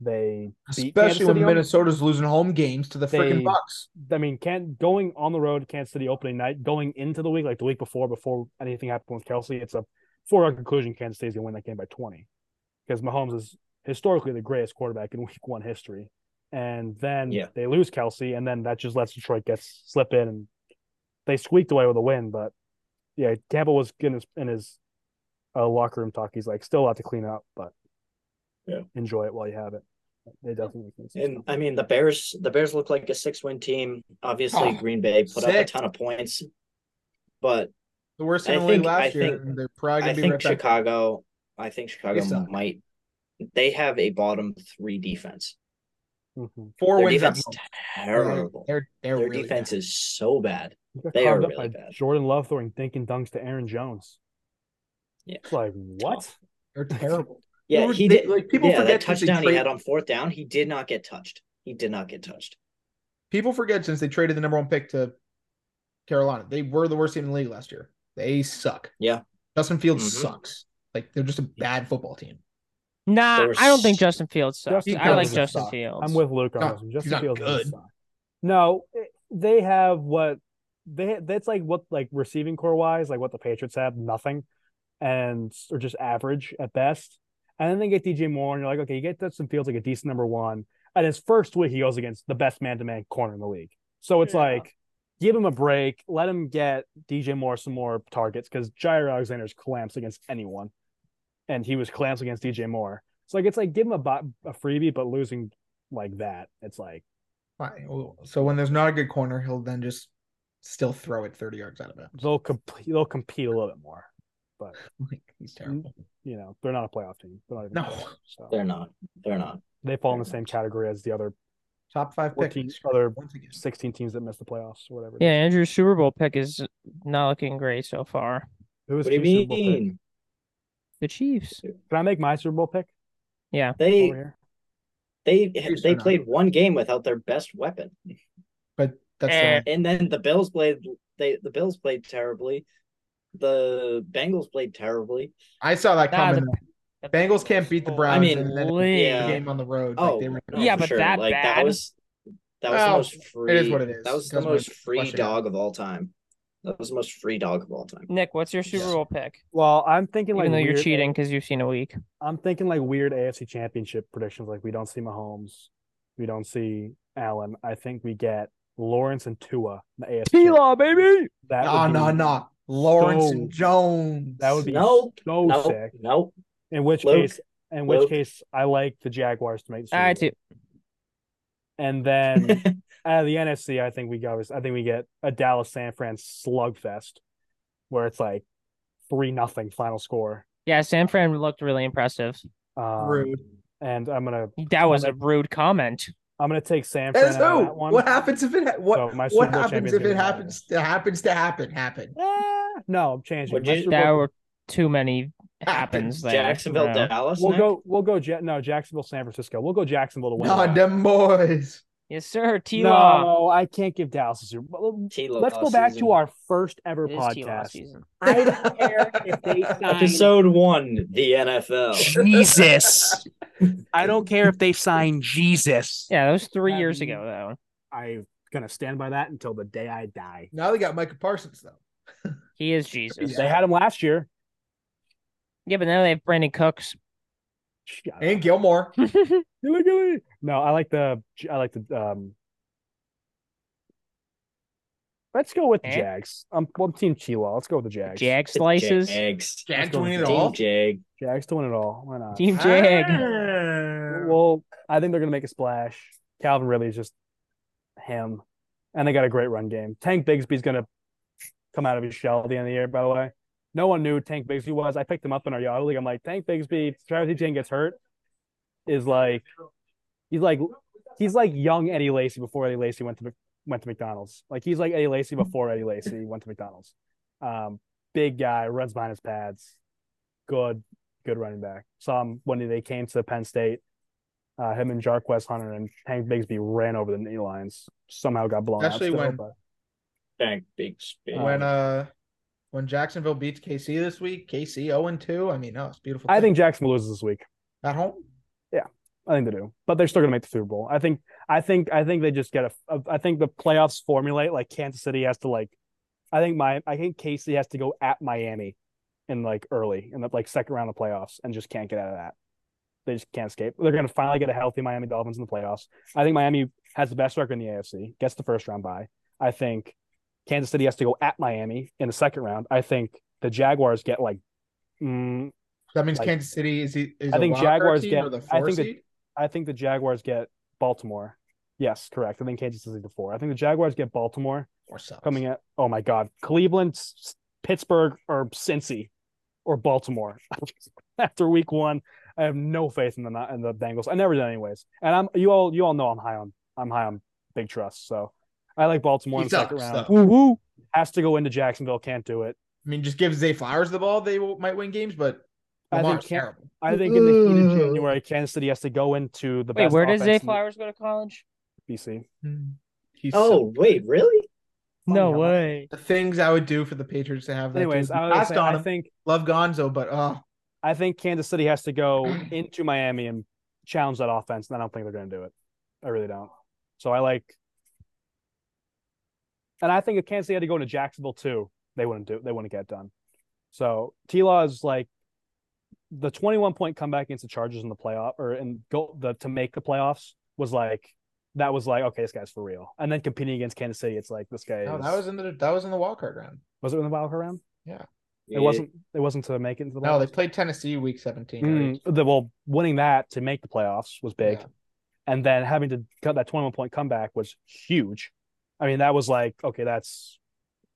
they beat Kansas
Especially when
City on-
Minnesota's losing home games to the
They-
freaking Bucks.
I mean, can going on the road to Kansas City opening night, going into the week, like the week before, before anything happened with Kelsey, it's a four hour conclusion Kansas City's gonna win that game by twenty. Because Mahomes is historically the greatest quarterback in week one history. And then
Yeah.
they lose Kelsey, and then that just lets Detroit get slip in and they squeaked away with a win, but yeah, Campbell was in his in his uh, locker room talk. He's like still a lot to clean up, but
Yeah.
enjoy it while you have it. They definitely can see
And
something.
I mean the Bears the Bears look like a six win team. Obviously
Oh,
Green Bay put up a
six.
ton of points. But
The worst team in
I
the league
think- I
last year.
think-
and they're probably
I
gonna be
think
right back. uh,
Chicago I think Chicago
They suck.
might they have a bottom three defense.
Mhm.
Four
Their
wins at
defense
home. They're-
terrible.
They're they're,
Their
really
defense
bad.
is so bad.
He got
They
carved
are
up
really
by
bad.
Jordan Love throwing dink and dunks to Aaron Jones.
Yeah.
It's like what?
They're terrible.
Yeah,
Dude,
he
they-
did
like, people
yeah,
forget
that
that they
touchdown he
trade-
had on fourth down, he did not get touched. He did not get touched.
People forget since they traded the number one pick to Carolina, they were the worst team in the league last year. They suck.
Yeah.
Justin Fields
Mhm.
sucks. Like they're just a bad football team.
Nah,
There's-
I don't think Justin Fields sucks.
Justin
I like
Fields
Justin
sucks.
Fields.
I'm with Luke on
No,
this one.
he's
Justin
not
Fields
good.
is fine. No, it- they have what they that's like what like receiving core wise, like what the Patriots have, nothing, and or just average at best. And then they get DJ Moore, and you're like, okay, you get Justin Fields like a decent number one. And his first week, he goes against the best man to man corner in the league. So it's
Yeah.
like, give him a break, let him get DJ Moore some more targets because Jair Alexander's clamps against anyone, and he was clamps against DJ Moore. So like, it's like give him a, bo- a freebie, but losing like that, it's like.
Why? Well, So when there's not a good corner, he'll then just still throw it [laughs] 30 yards out of bounds.
they'll compete they'll compete a little bit more. But
Like, he's terrible.
you know, they're not a playoff team. They're not even
No.
close. so
They're not. They're not.
they fall in the same category as the other
Top five pick.
fourteen other
Once again.
sixteen teams that missed the playoffs or whatever. it
Yeah,
is.
Andrew's Super Bowl pick is not looking great so far.
Who was
What do you
your Super Bowl pick?
mean?
The Chiefs.
Can I make my Super Bowl pick
They
over here?
they
Chiefs
they
are not.
played one game without their best weapon.
But that's
Eh.
the
And then the Bills played they the Bills played terribly. The Bengals played terribly.
I saw that
Nah,
coming.
the
Bengals can't beat
Oh,
the Browns.
I mean,
and then
Holy-
the
yeah.
game on the road.
Oh,
like they were,
Yeah, but that
like
bad?
that was that was
Well,
the most free.
Oh, it is what it is.
That was the
Doesn't really
most free
flush it
dog of all time. That was the most free dog of all time.
Nick, what's your Super
Yeah.
Bowl pick?
Well, I'm thinking
Even
like
though
weird,
you're cheating because you've seen a week.
I'm thinking like weird AFC championship predictions. Like we don't see Mahomes. We don't see Allen. I think we get Lawrence and Tua in the AFC.
T-Law, baby!
That
No,
would
no,
be-
no. Lawrence
so-
and Jones.
That would be
No,
so
No,
sick.
[laughs] no.
In which
Luke,
case, in which
Luke.
case, I like the Jaguars to make. the Super
I
Bowl.
too.
And
[laughs]
then out of Uh, the NFC, I think we go. I think we get a Dallas San Fran slugfest, where it's like three nothing final score.
Yeah, San Fran looked really impressive.
Um,
rude.
And I'm gonna
That was a rude comment.
I'm gonna take San Fran
As
out of
who?
that one.
What happens if it? ha- What?
So my Super
what
Bowl
happens
champion's
if
gonna
it
be Miami.
happens? To, happens to happen. Happen.
Ah, no, I'm changing.
Would
My
you-
Super
There
Bowl-
were too many
[laughs]
happens there.
Jacksonville,
No.
Dallas.
We'll
Nick?
go. We'll go. Ja- no, Jacksonville, San Francisco. We'll go Jacksonville to win.
No,
that.
them boys.
Yes, sir. T-Law.
no, I can't give Dallas a Super. Bowl.
T-Law
Let's go back
season.
to our first ever
It is T-Law
podcast.
[laughs]
[laughs] season.
I don't care if they sign
episode one, the NFL.
Jesus. I don't care if they sign Jesus. [laughs]
Yeah, that was three years
Um,
ago, though.
I gonna stand by that until the day I die.
Now they got Micah Parsons though.
He is Jesus.
Yeah.
They had him last year.
Yeah, but now they have Brandon Cooks. [laughs]
Shut up.
And Gilmore.
Gilly, Gilly. No, I like the I like the um Let's go with the
Eh?
Jags. Um, well, Team Chihuahua. Let's go with the Jags.
Jag slices.
Jags.
Can't
go
win
with
it
Team
all.
Jag.
Jags to win it all. Why not?
Team Jag.
Ah.
Well, I think they're going to make a splash. Calvin Ridley's just him, and they got a great run game. Tank Bigsby's going to come out of his shell at the end of the year. By the way, no one knew Tank Bigsby was. I picked him up in our Yahoo league. I'm like, Tank Bigsby. if Travis Etienne gets hurt. Is like, he's like, he's like young Eddie Lacy before Eddie Lacy went to Mc- went to McDonald's. Like he's like Eddie Lacy before Eddie Lacy went to McDonald's. Um, big guy runs behind his pads. Good, good running back. Saw him when they came to Penn State uh, him and Jarquez Hunter and Hank Bigsby ran over the knee lines. Somehow got blown
Actually,
out. Still,
when-
but
Tank Bigsby.
Uh,
when uh when Jacksonville beats KC this week, KC 0 and 2. I mean, no, it's a beautiful.
I
thing.
think Jacksonville loses this week.
at home.
I think they do, but they're still going to make the Super Bowl. I think. I think. I think they just get a. a- I think the playoffs formulate like Kansas City has to like. I think my. I think Casey has to go at Miami, in like early in the like second round of playoffs and just can't get out of that. They just can't escape. They're going to finally get a healthy Miami Dolphins in the playoffs. I think Miami has the best record in the AFC. Gets the first round bye. I think Kansas City has to go at Miami in the second round. I think the Jaguars get like. Mm,
That means
Like-
Kansas City is, e- is
I
a
think
wild card
Jaguars
team
get-
or the
I
four
think that-
seed?
I think the Jaguars get Baltimore. Yes, correct. I think Kansas City to four. I think the Jaguars get Baltimore
Four sucks.
coming at. Oh my God, Cleveland, S- S- Pittsburgh, or Cincy, or Baltimore. [laughs] After week one, I have no faith in the in the Bengals. I never did, anyways. And I'm you all you all know I'm high on I'm high on Big Trust. So I like Baltimore
He
in the second
sucks,
round. Woo
though.
woo. Has to go into Jacksonville. Can't do it.
I mean, just give Zay Flowers the ball, they will, might win games, but
I think
Lamar's
Cam-
terrible.
I think in the heat of
Ugh.
January, Kansas City has to go into the
Wait,
best
where does Zay
offense in the
Flowers go to college?
BC.
Hmm. He's so-
Oh wait, really?
no
Funny how-
way.
the things I would do for the Patriots to have. That
Anyways,
dude.
I, was
Passed
saying,
on
I
him.
think
love Gonzo, but uh,
I think Kansas City has to go into Miami and challenge that offense, and I don't think they're going to do it. I really don't. So I like, and I think if Kansas City had to go into Jacksonville too, they wouldn't do. They wouldn't get done. So T Law is like the twenty-one point comeback against the Chargers in the playoff or in go the to make the playoffs was like that was like okay, this guy's for real. And then competing against Kansas City, it's like this guy.
no,
is,
that was in the that was in the wild card round.
was it in the wild card round?
Yeah.
It wasn't. It wasn't to make it into the.
No,
playoffs?
they played Tennessee week seventeen. right?
Mm, the, well, winning that to make the playoffs was big,
Yeah.
and then having to cut that twenty-one point comeback was huge. I mean, that was like okay, that's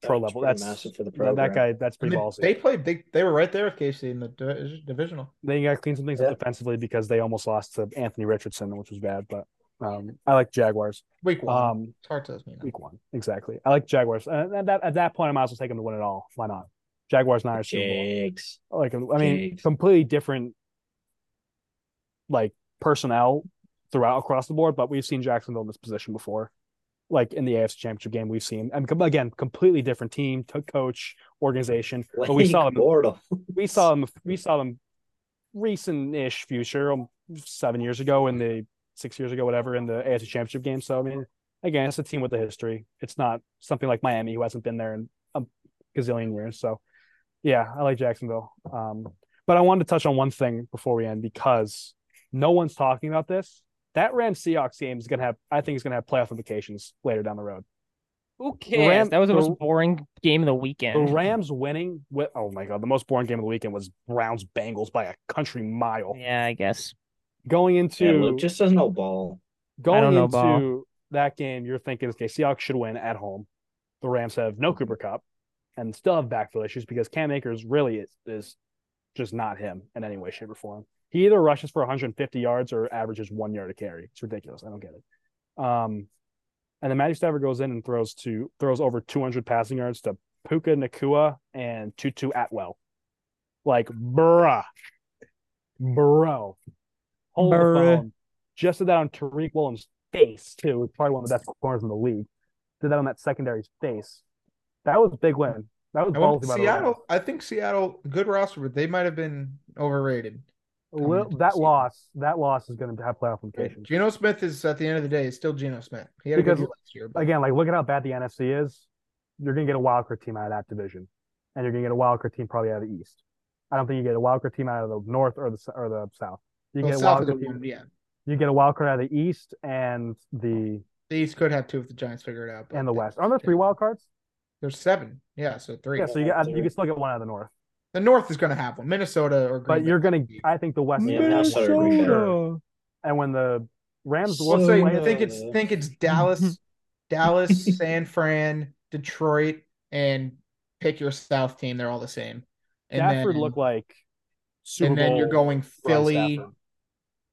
pro
That's
level.
pretty
That's
massive for the
that,
program.
that guy. That's
And
pretty
they-
ballsy.
They
They,
played. They, they were right there with KC in the divi- divisional.
got to clean some things
Yeah.
up defensively because they almost lost to Anthony Richardson, which was bad. But um, I like Jaguars.
Week one.
Um,
it's hard to you know.
week one exactly. I like Jaguars. And at that, at that point, I might as well take them to win it all. Why not? Jaguars, Niners, Super Bowl.
Jags.
like I mean,
Jeez.
completely different like personnel throughout across the board, but we've seen Jacksonville in this position before. Like in the AFC Championship game, we've seen and com- again completely different team, to coach, organization, but we saw
Blake
them.
Bortles.
We saw them. We saw them recent-ish future, um, seven years ago in the six years ago, whatever, in the AFC Championship game. So I mean, again, it's a team with a history. It's not something like Miami who hasn't been there in a gazillion years. So yeah, I like Jacksonville. Um, but I wanted to touch on one thing before we end because no one's talking about this. That Rams Seahawks game is gonna have, I think, is gonna have playoff implications later down the road.
Who cares? that was the
the-
most boring game of the
The
weekend.
Rams winning, with, oh my god, the most boring game of the weekend was Browns Bengals by a country mile.
Yeah, I guess.
Going into
Yeah, Luke just doesn't know ball.
going
don't know,
into
Ball.
that game, you're thinking, okay, Seahawks should win at home. The Rams have no Cooper Cup and still have backfield issues because Cam Akers really is, is just not him in any way, shape, or form. He either rushes for 150 yards or averages one yard a carry. It's ridiculous. I don't get it. Um, and then Matthew Stafford goes in and throws to throws over 200 passing yards to Puka Nakua and Tutu Atwell. Like, bruh, bro, hold the
Bruh.
phone. Just did that on Tariq Williams' face too. It's probably one of the best corners in the league. Did that on that secondary's face. That was a big win. That was
I went
ballsy by the Rams.
Seattle. I think Seattle good roster, but they might have been overrated.
Will,
into the
that
season.
loss, that loss is going to have playoff implications.
Geno Smith is at the end of the day is still Geno Smith. He had a
Because,
good year last year, but
Again, like look at how bad the NFC is. You're going to get a wild card team out of that division, and you're going to get a wild card team probably out of the East. I don't think you get a wild card team out of the North or the s- or the South. You
well,
get a
South
wild
of the
card team,
yeah.
you get a wild card out of the East and the
The East could have two if the Giants figure it out. but
and the
they-
West. Aren't there three wild cards?
There's seven. Yeah, so three.
Yeah, so you get, you can still get one out of the North,
the North is going to have one. Minnesota or Green
but
Bay.
you're going to. I think the West. is
Yeah,
gonna have
Minnesota.
one.
Minnesota.
And when the Rams
So-
lost,
Well, so you
play-
think it's think it's
[laughs]
Dallas, Dallas, San Fran, Detroit, and pick your South team. They're all the same. And
Stafford
then,
looked like Super
and then you're
Bowl
going
Ron
Philly,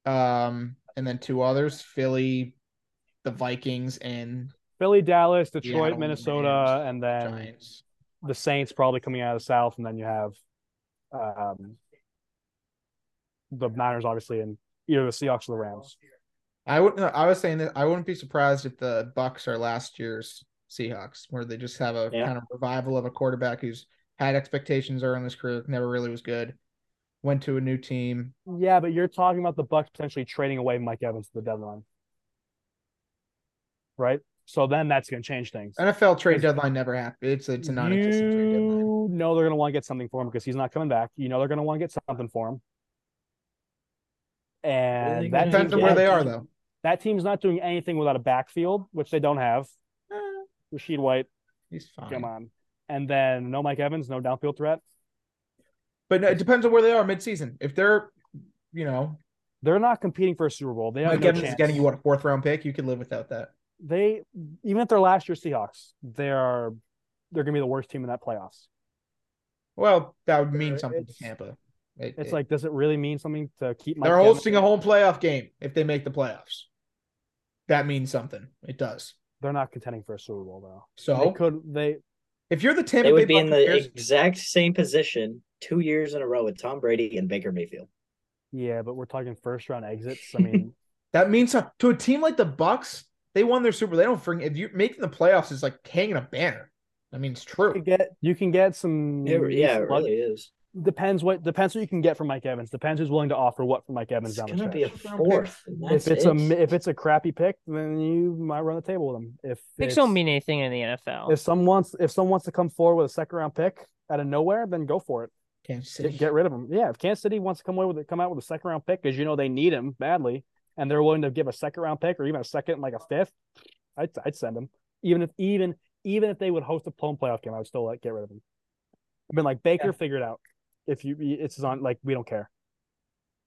Stafford.
um, and then two others: Philly, the Vikings, and
Philly, Dallas,
Seattle,
Detroit,
Rams,
Minnesota, and then
Giants.
the Saints probably coming out of the South, and then you have um, the Niners, obviously, and either the Seahawks or the Rams.
I would. not I was saying that I wouldn't be surprised if the Bucks are last year's Seahawks, where they just have a
Yeah.
kind of revival of a quarterback who's had expectations early in his career, never really was good, went to a new team.
Yeah, but you're talking about the Bucks potentially trading away Mike Evans to the deadline, right? So then that's going to change things.
NFL trade deadline never happened. It's it's a non-existent trade deadline.
You know they're going to want to get something for him because he's not coming back. You know they're going to want to get something for him.
they
And
gonna
that
do?
Depends
team's
on where
yeah.
they are, though.
That team's not doing anything without a backfield, which they don't have. Rasheed White,
He's fine.
come on. And then no Mike Evans, no downfield threat.
But no, it depends on where they are midseason. If they're, you know,
They're not competing for a Super Bowl. They have
Mike
no
Evans is
chance.
getting you what a fourth round pick, you could live without that.
They even if they're last year Seahawks, they are they're gonna be the worst team in that playoffs.
Well, that would mean something
Uh, It's-
to Tampa. It-
It's
it-
like, does it really mean something to keep Mike
They're
Evans?
hosting a home playoff game if they make the playoffs. That means something. It does.
They're not contending for a Super Bowl though. They
So
could they
if you're the Tampa
They would
Bay
be in the
Buccaneers,
exact same position two years in a row with Tom Brady and Baker Mayfield.
yeah, but we're talking first round exits. I mean
that means something to a team like the Bucks. They won their Super. They don't bring if you making the playoffs is like hanging a banner. I mean, it's
you
true.
could get you can get some
It- yeah, it
decent luck.
really is.
depends what depends what you can get from Mike Evans. Depends who's willing to offer what for Mike Evans
It's
down the
gonna
stretch.
be a
First round
fourth. and
if
that's
it's
it.
a mi- if it's a crappy pick, then you might run the table with him. If
Picks
it's-
don't mean anything in the NFL.
if someone wants if someone wants to come forward with a second round pick out of nowhere, then go for it.
Kansas City.
Get, get rid of him. Yeah, if Kansas City wants to come away with it, come out with a second round pick because you know they need him badly, and they're willing to give a second round pick or even a second like a fifth, I'd I'd send him. Even if even even if they would host a home playoff game, I would still like get rid of him. I've been like Baker, figure it out. If you it's on like we don't care.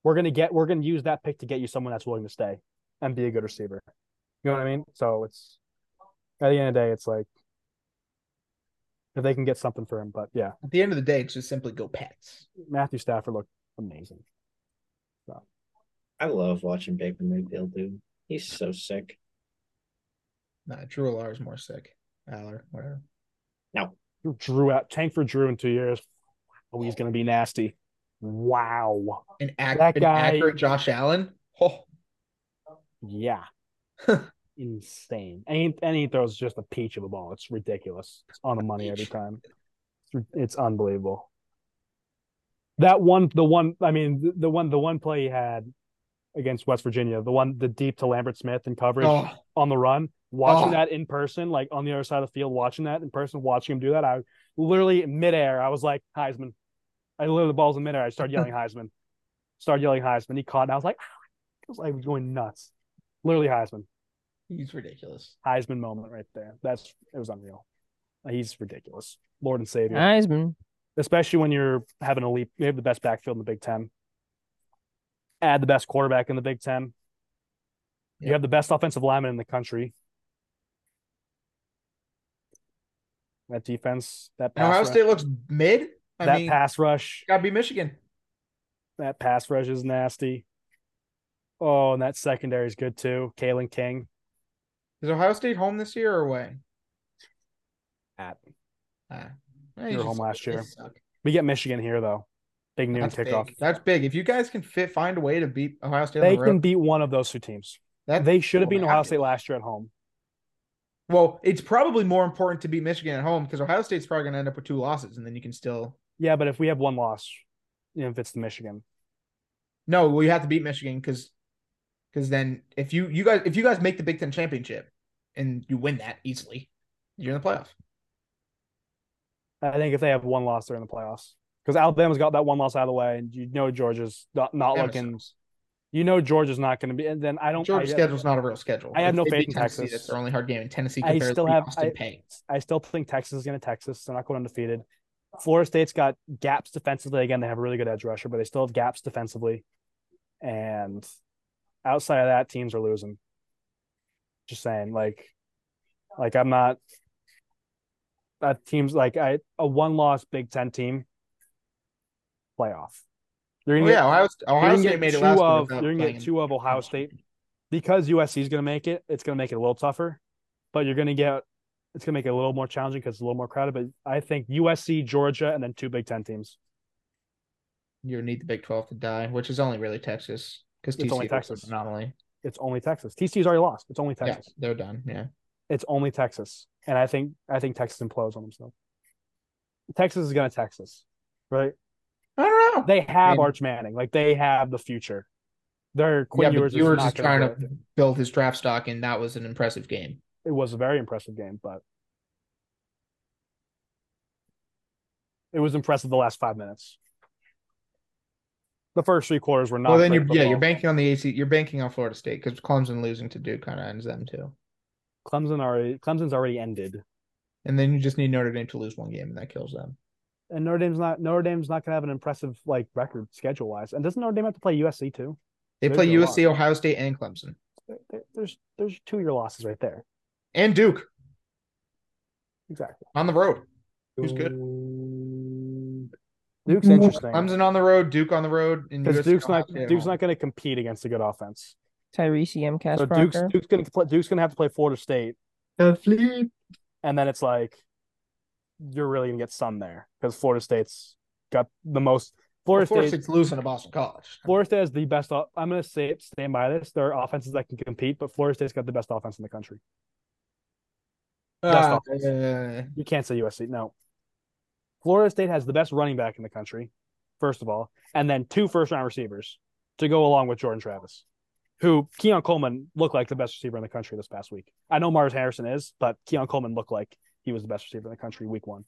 We're gonna get we're gonna use that pick to get you someone that's willing to stay and be a good receiver. You know what I mean? So it's at the end of the day, it's like if they can get something for him, but yeah.
At the end of the day, it's just simply go Pats.
Matthew Stafford looked amazing.
I love watching Baker Mayfield, dude. He's so sick.
Nah, Drew Alar is more sick. Aller, whatever.
Drew out tank for Drew in two years. Oh, he's gonna be nasty. Wow.
An, ac-
That
an
guy-
accurate Josh Allen. Oh,
Yeah. Insane. And he, and he throws just a peach of a ball. It's ridiculous. It's on the money every
Peach.
time. It's, ri- it's unbelievable. That one, the one, I mean, the, the one, the one play he had against West Virginia, the one, the deep to Lambert Smith in coverage
oh,
on the run, watching
Oh.
that in person, like on the other side of the field, watching that in person, watching him do that. I literally in midair, I was like, Heisman. I literally the ball's in midair. I started yelling Heisman. Started yelling Heisman. He caught and I was like, "Ah." I was like going nuts. Literally Heisman.
he's ridiculous.
Heisman moment right there. That's it was unreal. He's ridiculous. Lord and Savior.
Heisman.
Especially when you're having a leap you have the best backfield in the Big Ten. Add the best quarterback in the Big Ten. You
Yeah.
have the best offensive lineman in the country. That defense, that
And Ohio
pass, rush,
State looks mid. I
that
mean,
pass rush,
gotta be Michigan.
that pass rush is nasty. Oh, and that secondary is good too. Kalen King
Is Ohio State home this year or away?
at
Ah,
They were home last
they
year.
suck.
we get Michigan here though. Big noon
That's
kickoff.
big. That's big. If you guys can fit find a way to beat Ohio State,
They
on the road,
can beat one of those two teams.
that
They should have
Well,
beaten
they
Ohio
have to.
State last year at home.
Well, it's probably more important to beat Michigan at home because Ohio State's probably going to end up with two losses, and then you can still.
Yeah, but if we have one loss, you know, if it's to Michigan,
No, well, you have to beat Michigan because because then if you you guys if you guys make the Big Ten championship and you win that easily, you're in the playoff.
I think if they have one loss, they're in the playoffs because Alabama's got that one loss out of the way, and you know Georgia's not, not
Alabama
looking.
sucks.
You know Georgia's not going to be, and then I don't.
Georgia's
I,
schedule's not a real schedule.
I have
If
no
they
faith
beat
in
Tennessee,
Texas.
That's their only hard game, and Tennessee
I
could barely
still
beat
have-
Austin
I-
Pay.
I still think Texas is going to Texas. They're not going undefeated. Florida State's got gaps defensively. Again, they have a really good edge rusher, but they still have gaps defensively. And outside of that, teams are losing. Just saying, like, like I'm not. That team's like I a one loss Big Ten team playoff. You're
Oh,
gonna
yeah, Ohio,
get,
Ohio
you're
State
gonna
made
get
it
two
last year
of
without
you're gonna
playing
get two of Ohio
Michigan.
State because USC is going to make it, it's going to make it a little tougher, but you're going to get it's going to make it a little more challenging because it's a little more crowded. But I think USC, Georgia, and then two Big Ten teams.
You would need the Big Twelve to die, which is only really Texas because
It's
TCU
only
is an
Texas.
anomaly.
It's only Texas. TCU's already lost. It's only
Yeah,
Texas.
they're done. Yeah,
It's only Texas, and I think I think Texas implodes on themselves. Texas is going to Texas, right?
I don't know.
They have
mean-
Arch Manning. Like they have the future. Their Quinn
yeah, but
Ewers is
Ewers
not
is
gonna
trying
do
to build his draft stock, and that was an impressive game.
it was a very impressive game, but it was impressive the last five minutes. The first three quarters were not.
well, then
great
you're yeah, you're
football.
banking on the AC. You're banking on Florida State because Clemson losing to Duke kind of ends them too.
Clemson already. Clemson's already ended,
And then you just need Notre Dame to lose one game, and that kills them.
and Notre Dame's not. Notre Dame's not going to have an impressive like record schedule wise. And doesn't Notre Dame have to play USC too?
They
Maybe
play
they're
USC, Ohio State, and Clemson,
There- there- There's there's two year losses right there.
and Duke
Exactly.
on the road. Who's good?
Duke's interesting
Clemson on the road, Duke on the road, and
because
USC
Duke's
Ohio
not
State at
Duke's
home.
not going to compete against a good offense.
Tyrese Yamcast
So Duke's Duke's going to Duke's going to have to play Florida State. and then it's like you're really gonna get sun there because Florida State's got the most. Florida
Of course,
State,
it's losing to Boston College.
Florida State is the best. o- I'm gonna say it, stand by this. There are offenses that can compete, but Florida State's got the best offense in the country.
Uh,
Best You can't say USC. No, Florida State has the best running back in the country, first of all, and then two first round receivers to go along with Jordan Travis, who Keon Coleman looked like the best receiver in the country this past week. I know Mars Harrison is, but Keon Coleman looked like he was the best receiver in the country week one.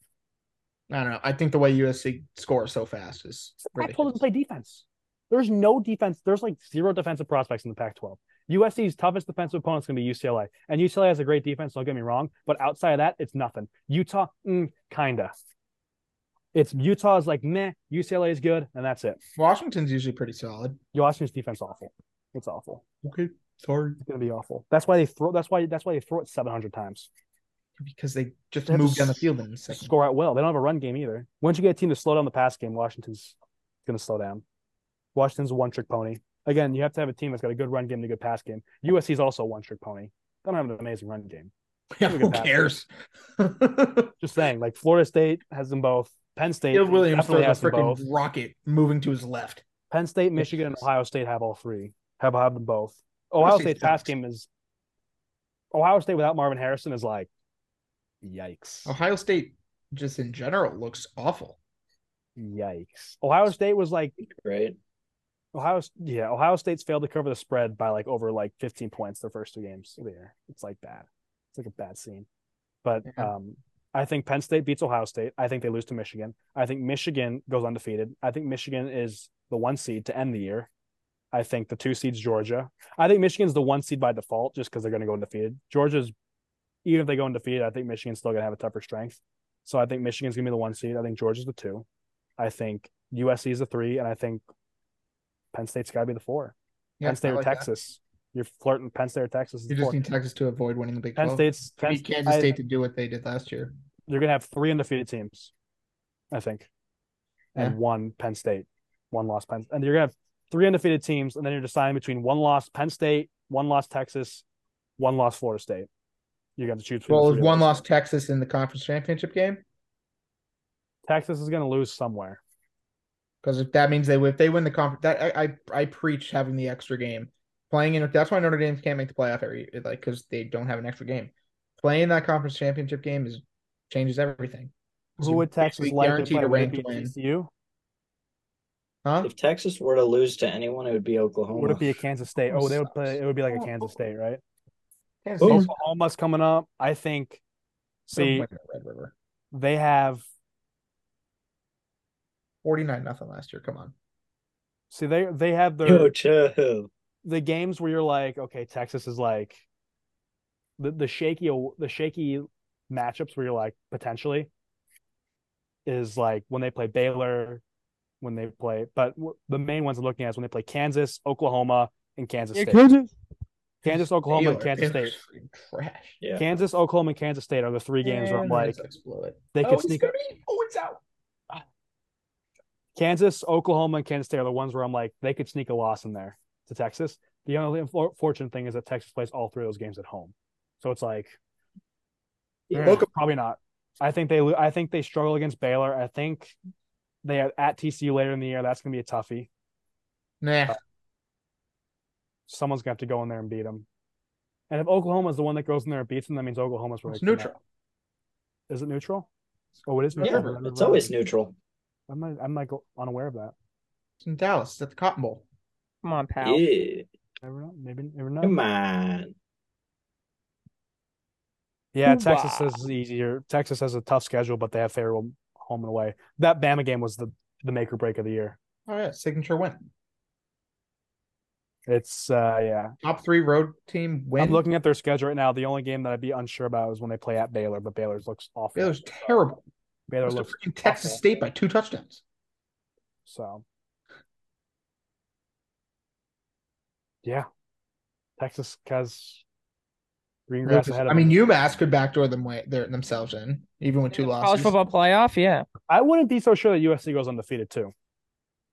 I don't know. I think the way USC scores so fast is
I told them
ridiculous.
to play defense. There's no defense. There's like zero defensive prospects in the Pac-12. USC's toughest defensive opponent's going to be UCLA, and UCLA has a great defense. Don't get me wrong, but outside of that, it's nothing. Utah, mm, kinda. It's Utah's like meh. UCLA is good, and that's it.
Washington's usually pretty solid.
Washington's defense awful. It's awful.
Okay, sorry.
It's going to be awful. That's why they throw. That's why. That's why they throw it 700 times.
Because they just
They have to
moved down the
s-
field in a second.
Score out well. They don't have a run game either. Once you get a team to slow down the pass game, Washington's going to slow down. Washington's a one trick pony. Again, you have to have a team that's got a good run game and a good pass game. USC's also a one trick pony. They don't have an amazing run game.
Yeah,
Look
who
at that.
cares?
Just saying, like Florida State has them both. Penn State
Caleb Williams
definitely
throws a
has them
freaking
both.
rocket moving to his left.
Penn State, Michigan, and Ohio State have all three. Have have them both. Ohio
State
State's pass
sucks.
game is Ohio State without Marvin Harrison is like yikes.
Ohio State, just in general, looks awful.
Yikes. Ohio State was like
right?
Ohio, yeah, Ohio State's failed to cover the spread by like over like 15 points their first two games of the year. It's like bad. It's like a bad scene. But
Yeah.
um, I think Penn State beats Ohio State. I think they lose to Michigan. I think Michigan goes undefeated. I think Michigan is the one seed to end the year. I think the two seeds Georgia. I think Michigan's the one seed by default just because they're going to go undefeated. Georgia's even if they go undefeated, I think Michigan's still going to have a tougher strength. So I think Michigan's going to be the one seed. I think Georgia's the two. I think USC is the three, and I think Penn State's got to be the four.
Yeah,
Penn State
I
or
like that.
Texas. You're flirting Penn State or Texas. Is
You
the
just
four.
need Texas to avoid winning the Big
Penn
12.
State's.
You
Penn,
need Kansas
I-
State to do what they did last year.
You're going to have three undefeated teams, I think, and
Yeah.
one Penn State, one loss Penn, and you're going to have three undefeated teams, and then you're deciding between one loss Penn State, one loss Texas, one loss Florida State. You're going to choose. between the
Well,
three
is
of
one
those.
lost Texas in the conference championship game?
Texas is going to lose somewhere.
Because if that means they if they win the conference, that I, I I preach having the extra game, playing in. That's why Notre Dame can't make the playoff every like because they don't have an extra game. Playing that conference championship game is changes everything. 'Cause
Who
you
would Texas
basically
like to
guaranteed
play?
a
Would it
ranked
be
win?
TCU?
Huh?
If Texas were to lose to anyone, it would be Oklahoma.
Would it be a Kansas State? Oh, they would play. It would be like a
Oh,
Kansas
oh,
State, right?
Kansas
Oh.
State's
Oklahoma's coming up. I think. See,
winning at Red River.
they have.
49 nothing last year. Come on.
See, they they have their
Yo, chill.
the games where you're like, okay, Texas is like the the shaky the shaky matchups where you're like potentially is like when they play Baylor, when they play, but w- the main ones I'm looking at is when they play Kansas, Oklahoma, and Kansas State. Kansas, Oklahoma, and
Baylor.
Kansas
Baylor's
State.
freaking Trash.
Yeah.
Kansas, Oklahoma, and Kansas State are the three games where I'm
And
like
Red Sox blew it.
they
oh,
could
it's
sneak
gonna be- oh, it's out.
Kansas, Oklahoma, and Kansas State are the ones where I'm like they could sneak a loss in there to Texas. The only unfortunate thing is that Texas plays all three of those games at home, so it's like eh,
Welcome.
probably not. I think they lo- I think they struggle against Baylor. I think they have at TCU later in the year. That's gonna be a toughie.
Nah.
Someone's gonna have to go in there and beat them. And if Oklahoma's the one that goes in there and beats them, that means Oklahoma's really
It's
coming
neutral.
out. Is it neutral? Oh, it is
Yeah,
neutral.
It's always neutral.
I'm like, I'm like unaware of that.
It's in Dallas. It's at the Cotton Bowl.
Come on, pal.
Yeah.
Never know. Maybe never know.
Come on.
Yeah,
Hoorah.
Texas is easier. Texas has a tough schedule, but they have favorable home and away. That Bama game was the the make or break of the year.
All right. Oh, Signature win.
It's uh yeah.
Top three road team win.
I'm looking at their schedule right now. The only game that I'd be unsure about is when they play at Baylor, but Baylor's looks awful.
Baylor's terrible.
Baylor
Lost to
looks
freaking Texas
awful.
State by two touchdowns.
so. Yeah, Texas has green grass ahead of
I mean, UMass could backdoor them way, their, themselves in, even with two
College
losses.
football playoff, yeah.
I wouldn't be so sure that USC goes undefeated too.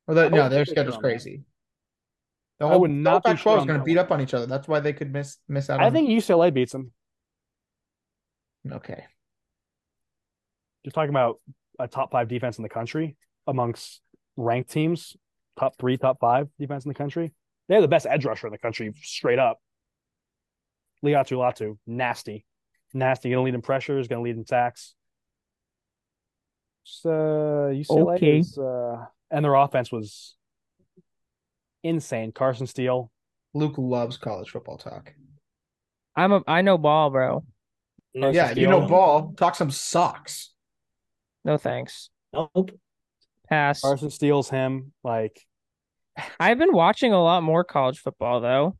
Although,
I
no,
would
their
put it
schedule's
on that.
crazy. The
I
whole,
would not
the
be
whole Pac-12
sure
is
on
going to
that
beat
one.
up on each other. That's why they could miss miss out.
I
on-
think UCLA beats them.
okay.
you're talking about a top five defense in the country amongst ranked teams, top three, top five defense in the country. They have the best edge rusher in the country, straight up. Liatu Latu, nasty, nasty. Going to lead in pressures, going to lead in sacks. So UCLA
Okay.
is, uh, and their offense was insane. Carson Steele,
Luke loves college football talk.
I'm a I know ball, bro.
No,
yeah,
it's
you know
Steele.
ball. Talk some socks.
No thanks.
Nope.
Pass.
Carson Steele's him. Like
I've been watching a lot more college football though.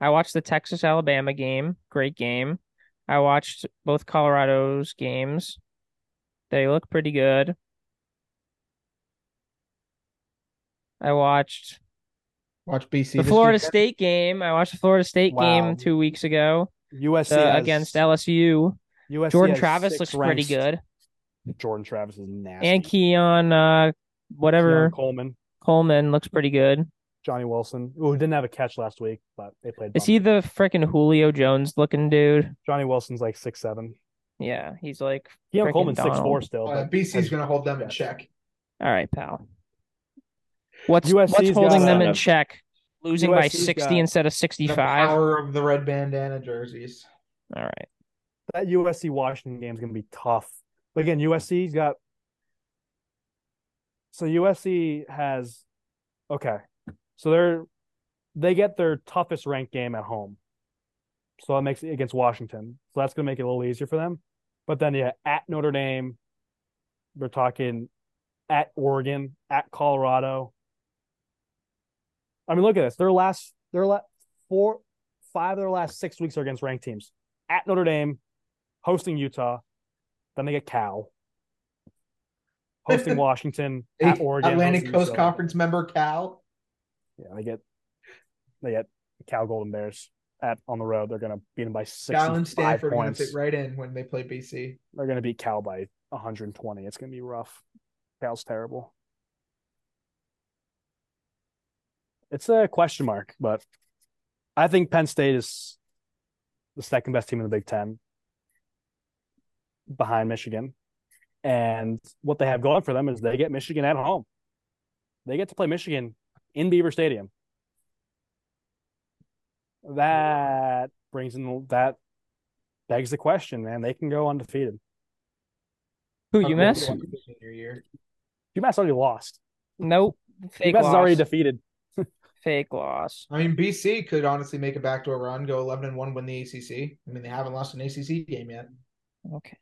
I watched the Texas Alabama game, great game. I watched both Colorado's games. They look pretty good. I watched
Watch BC.
the
this
Florida
weekend.
State game. I watched the Florida State
Wow.
game 2 weeks ago
USC
uh,
has-
against LSU.
USC
Jordan
has
Travis
six
looks
ranked-
pretty good.
Jordan Travis is nasty.
And Keon uh whatever
Keon Coleman.
Coleman looks pretty good.
Johnny Wilson, who didn't have a catch last week, but they played.
Is
bum.
he the frickin' Julio Jones looking dude?
Johnny Wilson's like six seven.
Yeah, he's like,
Keon
Frickin'
Coleman's six four
Donald.
still.
Uh,
But
BC's going to hold them in check.
all right, pal. What's
USC's
what's holding
got
them
a-
in check? Losing by
USC's
sixty
got-
instead of
The
sixty-five. All
power of the red bandana jerseys.
right,
that USC Washington game is going to be tough. But again, USC's got. So USC has, okay, so they're they get their toughest ranked game at home, so that makes it against Washington. So that's going to make it a little easier for them. But then yeah, at Notre Dame, we're talking at Oregon, at Colorado. I mean, look at this. Their last, their last four, five of their last six weeks are against ranked teams. At Notre Dame, hosting Utah, then they get Cal, hosting Washington, at Oregon,
Atlantic
hosting
Coast
UCLA.
Conference member Cal.
Yeah, they get they get Cal Golden Bears at on the road. They're going to beat them by
Cal
65
and Stanford are going
points.
to fit right in when they play BC.
They're going to beat Cal by 120. It's going to be rough. Cal's terrible. It's a question mark, but I think Penn State is the second best team in the Big Ten behind Michigan. And what they have going for them is they get Michigan at home. They get to play Michigan in Beaver Stadium. That brings in that begs the question, man. They can go undefeated.
who
Or
UMass?
Senior year.
UMass already lost.
Nope, Fake
Mets is
loss.
already defeated.
Fake loss.
I mean, BC could honestly make a backdoor run, go eleven and one, win the ACC. I mean, they haven't lost an ACC game yet.
Okay.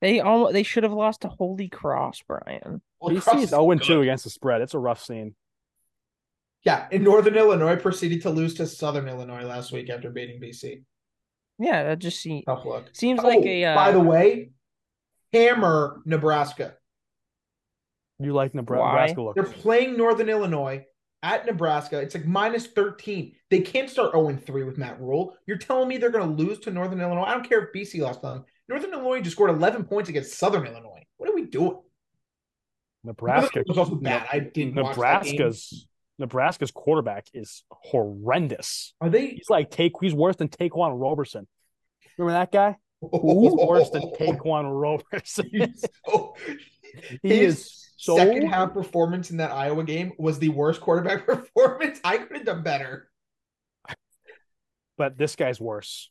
They almost they should have lost to Holy Cross, Brian.
Well,
BC
Cross
is
is
0 2
good.
against the spread. It's a rough scene.
Yeah, in Northern Illinois proceeded to lose to Southern Illinois last week after beating BC.
Yeah, that just seems
Tough luck.
seems like
Oh,
a uh,
by the way, hammer Nebraska.
You like Nebra-
Why?
Nebraska look.
They're playing Northern Illinois at Nebraska. It's like minus 13. They can't start 0 3 with Matt Rule. You're telling me they're going to lose to Northern Illinois? I don't care if BC lost them. Northern Illinois just scored 11 points against Southern Illinois. What are we doing?
Nebraska.
It was also bad. I didn't watch that
Nebraska's Nebraska's quarterback is horrendous.
Are they
He's like take he's worse than Taquan Roberson. Remember that guy? He's worse
[laughs]
than Taquan Roberson.
So-
he
his
is so
second half performance in that Iowa game was the worst quarterback [laughs] performance. I could have done better.
but this guy's worse.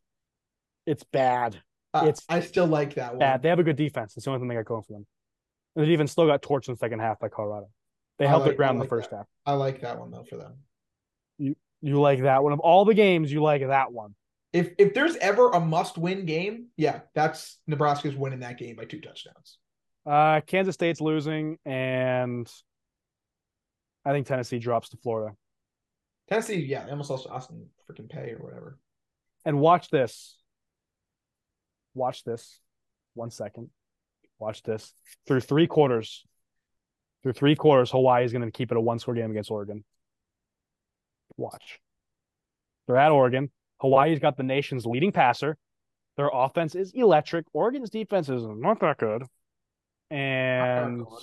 It's bad.
Uh,
It's
I still like that one.
Bad. They have a good defense. It's the only thing they got going for them. And they even still got torched in the second half by Colorado. They
I
held
like-
their
I
ground
like
the first half.
I like that one though for them.
You like that one of all the games. You like that one.
If if there's ever a must-win game, yeah, that's Nebraska's winning that game by two touchdowns.
Uh, Kansas State's losing, and I think Tennessee drops to Florida.
Tennessee, yeah, they almost lost to Austin freaking Pay or whatever.
And watch this. Watch this. One second. Watch this. Through three quarters, through three quarters, Hawaii is going to keep it a one score game against Oregon. Watch. They're at Oregon. Hawaii's got the nation's leading passer. Their offense is electric. Oregon's defense is not that good. And
[laughs] Not that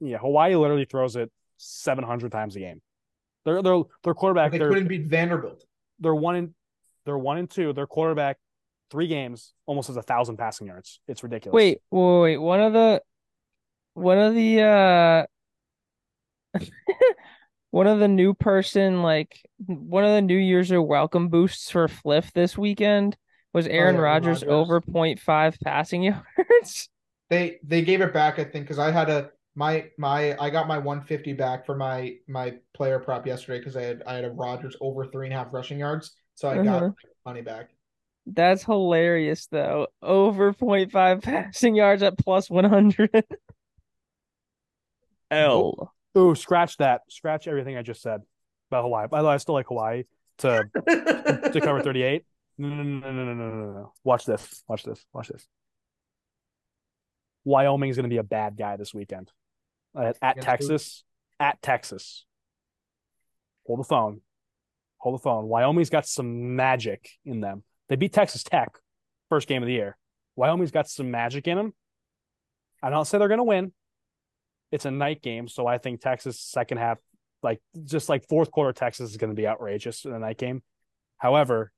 good.
yeah, Hawaii literally throws it 700 times a game. Their their their quarterback,
They
their
couldn't beat Vanderbilt.
they're one in they're one and two. Their quarterback, three games, almost has a thousand passing yards. It's ridiculous.
Wait, wait, wait. One of the, one of the, uh, [laughs] one of the new person, like one of the New Year's or welcome boosts for Fliff this weekend was Aaron
yeah, Aaron
Rodgers
Rodgers.
over 0.5 passing [laughs] yards.
They they gave it back, I think, because I had a my my I got my 150 back for my my player prop yesterday because I had I had a Rodgers over three and a half rushing yards, so I
Mm-hmm.
got
Uh-huh.
money back.
That's hilarious though. Over 0.5 passing yards at plus 100. L.
Ooh, scratch that. Scratch everything I just said about Hawaii. By the way, I still like Hawaii to [laughs] [laughs] to
[laughs]
cover thirty eight. No, no, no, no, no, no, no, no. Watch this. Watch this. Watch this. Wyoming's going to be a bad guy this weekend at, at
Against who?
Texas. At Texas. Hold the phone. Hold the phone. Wyoming's got some magic in them. They beat Texas Tech first game of the year. Wyoming's got some magic in them. I don't say they're going to win. It's a night game, so I think Texas second half, like just like fourth quarter, Texas is going to be outrageous in a night game. However,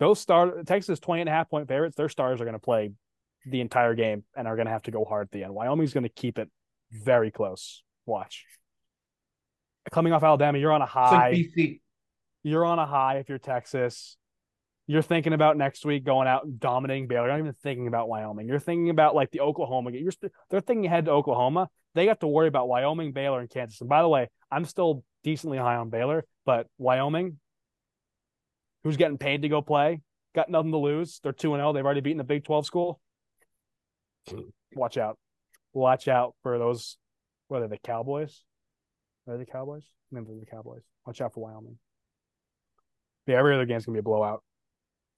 those star Texas 20 and a half point favorites, their stars are going to play the entire game and are going to have to go hard at the end. Wyoming's going to keep it very close. Watch. Coming off Alabama, you're on a
It's
high
like BC.
you're on a high if you're Texas. You're thinking about next week going out and dominating Baylor. You're not even thinking about Wyoming. You're thinking about like the Oklahoma. game. You're st- they're thinking ahead to Oklahoma. They have to worry about Wyoming, Baylor, and Kansas. And by the way, I'm still decently high on Baylor, but Wyoming, who's getting paid to go play, got nothing to lose. They're two and zero. They've already beaten a Big Twelve school. Watch out! Watch out for those. What are they, the Cowboys? Are they the Cowboys? No, they're the Cowboys. Watch out for Wyoming. Yeah, every other game's gonna be a blowout.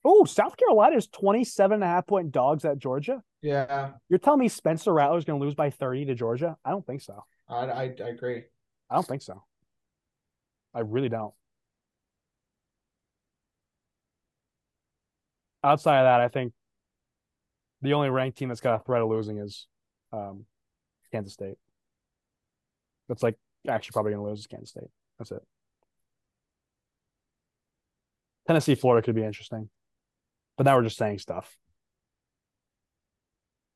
Oh, South Carolina is 27 and a half point dogs at Georgia.
Yeah,
You're telling me Spencer Rattler's gonna lose by 30 to Georgia? I don't think so.
I, I I agree.
I don't think so. I really don't. Outside of that, I think the only ranked team that's got a threat of losing is um, Kansas State. That's like actually probably going to lose is Kansas State. That's it. Tennessee, Florida could be interesting, but now we're just saying stuff.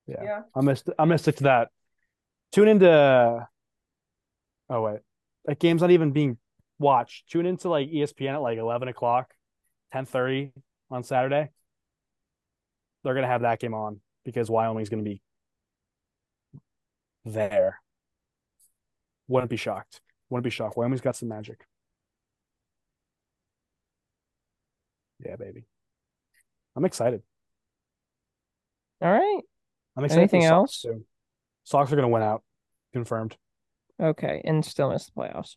Yeah.
Yeah.
I'm gonna st- I'm gonna stick to that. Tune into. Oh wait, that game's not even being watched. Tune into like E ESPN at like eleven o'clock, ten thirty on Saturday. They're gonna have that game on because Wyoming's gonna be there. Wouldn't be shocked. Wouldn't be shocked. Wyoming's got some magic. Yeah, baby. I'm excited.
All right.
I'm excited. for the
Anything
Sox,
else?
too. Sox are going to win out. Confirmed.
Okay. And still miss the playoffs.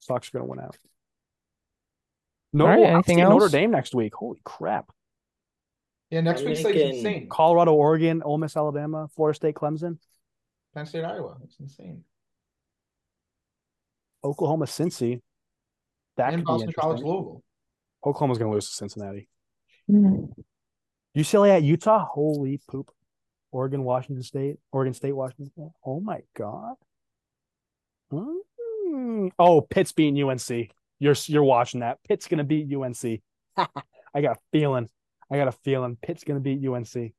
Sox are going to win out. No,
All right,
I'm
anything
seeing Notre
else?
Dame next week. Holy crap!
Yeah, next
I'm
week's like
thinking-
insane.
Colorado, Oregon, Ole Miss, Alabama, Florida State, Clemson,
Penn State, Iowa. It's insane.
Oklahoma, Cincy. That
and
could be
Boston College,
interesting.
Louisville.
Oklahoma's going to lose to Cincinnati.
Mm-hmm.
UCLA at Utah. Holy poop. Oregon, Washington State. Oregon State, Washington State. Oh my God. Mm. Oh, Pitt's beating UNC. You're you're watching that. Pitt's gonna beat UNC. I got a feeling. I got a feeling. Pitt's gonna beat UNC.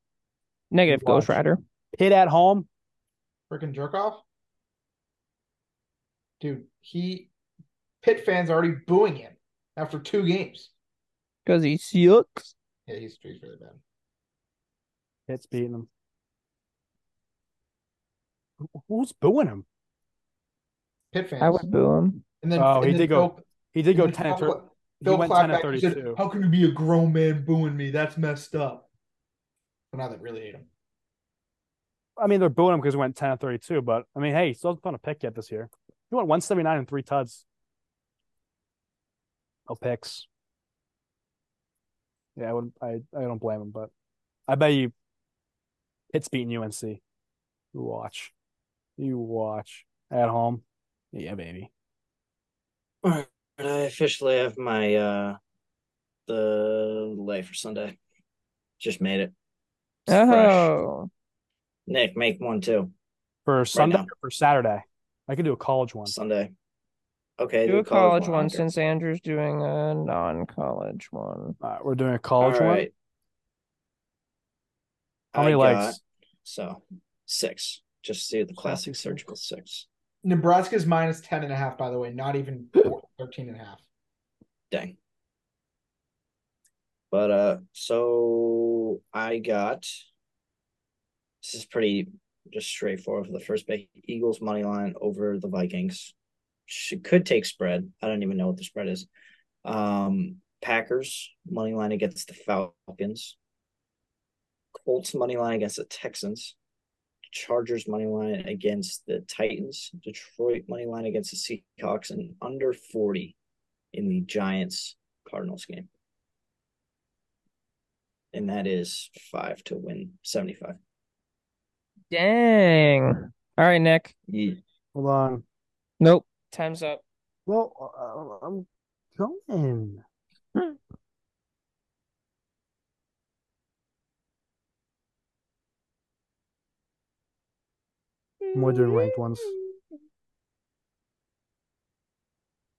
Negative
Watch.
Ghost Rider.
Pitt at home.
Freaking jerk off. Dude, he Pitt fans already booing him after two games.
Because he sucks.
Yeah, he's, he's really bad.
Pitt's beating them. Who- Who's booing him?
Pitt fans.
I would boo him.
and then
Oh,
and
he
then
did go-
Phil-
He did go
and then
ten and
Phil-
thirty. He
Phil
went
clapped
ten and
back and said,
thirty-two.
How can you be a grown man booing me? That's messed up. But now they really hate him.
I mean, they're booing him because he went ten and thirty-two. But I mean, hey, he still hasn't put on a pick yet this year. He went one seventy-nine and three tuds. No picks. Yeah, I would. I I don't blame him, but I bet you, Pitt's beating UNC. You watch, you watch at home. Yeah, baby.
All right, I officially have my uh the lay for Sunday. Just made it. It's fresh.
Oh.
Nick, make one too.
For Sunday
now.
or for Saturday, I could do a college one.
Sunday. Okay,
Do a college one
okay.
since Andrew's doing a non college one.
All right, Uh, we're doing a college
All
one.
right.
How many
I
likes?
got- so six. Just do the classic surgical six.
Nebraska's minus 10 and a half, by the way, not even 14, 13 and a half.
Dang. But uh so I got this is pretty just straightforward for the first pick. Eagles money line over the Vikings. She could take spread. I don't even know what the spread is. Um Packers money line against the Falcons. Colts money line against the Texans. Chargers money line against the Titans. Detroit money line against the Seahawks and under 40 in the Giants Cardinals game. And that is five to win 75.
Dang. All right, Nick.
Hold on.
Nope. Time's up.
Well, uh, I'm going. We're doing ranked ones.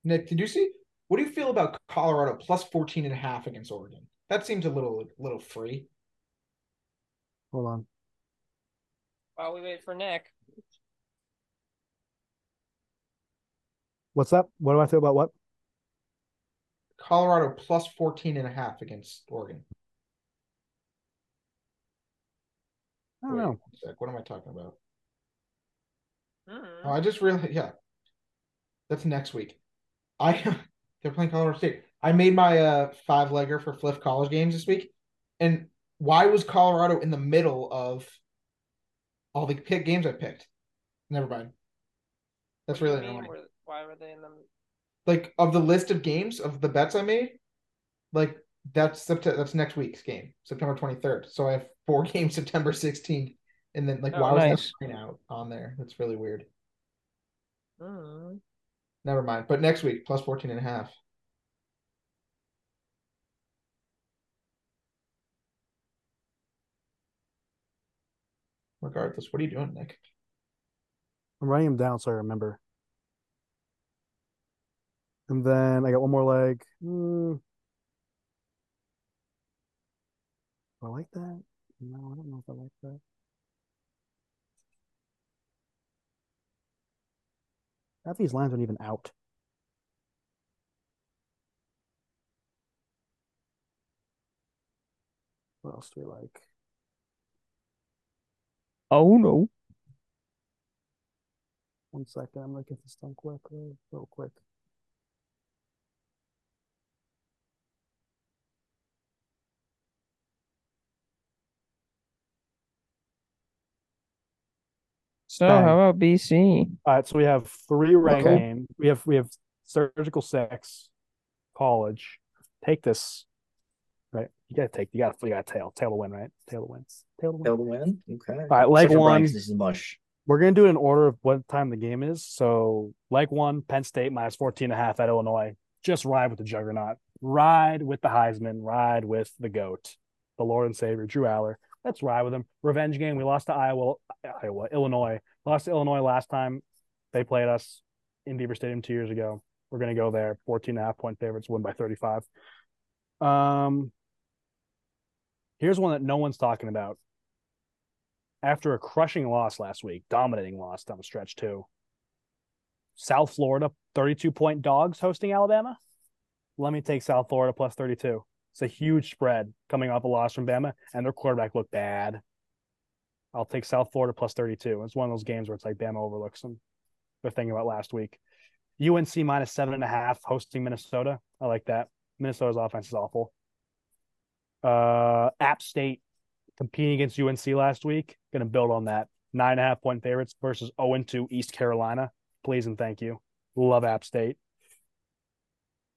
Nick, did you see? What do you feel about Colorado plus 14 and a half against Oregon? That seems a little little free.
Hold on.
While we wait for Nick.
What's up? What do I feel about what?
Colorado plus 14 and a half against Oregon.
I don't
Wait,
know.
one sec, What am I talking about?
Mm-hmm.
Oh, I just realized, yeah. That's next week. I [laughs] they're playing Colorado State. I made my uh five legger for Fliff College games this week. And why was Colorado in the middle of all the pick games I picked? Never mind. That's really annoying.
Why were they in the.
Like of the list of games of the bets I made, like that's September, that's next week's game, September twenty third. So I have four [laughs] games September sixteenth, and then like
Oh,
why was
nice.
that line out on there? That's really weird.
mm-hmm.
Never mind. But next week, plus 14 and a half. Regardless, what are you doing, Nick?
I'm writing them down so I remember. And then I got one more leg. Mm. Do I like that? No, I don't know if I like that. Half these lines aren't even out. What else do we like?
Oh, no.
One second. I'm gonna get this done quickly, real quick.
So
Bang.
how about BC?
All right, so we have three ranked
Okay.
games. We have we have surgical sex, college. Take this, right? You gotta take. You gotta. You gotta tail. Tail to win, right? Tail to win. Tail to win.
Tail to win. Okay.
All right, leg
Except for
one.
Bryce, This is mush.
We're gonna do it in order of what time the game is. So leg one, Penn State minus 14 and a half at Illinois. Just ride with the juggernaut. Ride with the Heisman. Ride with the GOAT, the Lord and Savior, Drew Aller. Let's ride with him. Revenge game. We lost to Iowa, Iowa, Illinois. Lost to Illinois last time they played us in Beaver Stadium two years ago. We're gonna go there. 14 and a half point favorites, win by 35. Um here's one that no one's talking about after a crushing loss last week, dominating loss down the stretch too. South Florida, 32 point dogs hosting Alabama. Let me take South Florida plus 32. It's a huge spread coming off a loss from Bama, and their quarterback looked bad. I'll take South Florida plus 32. It's one of those games where it's like Bama overlooks them. They're thinking about last week. UNC minus seven and a half hosting Minnesota. I like that. Minnesota's offense is awful. Uh, App State competing against UNC last week. Going to build on that. Nine and a half point favorites versus 0 and 2 East Carolina. Please and thank you. Love App State.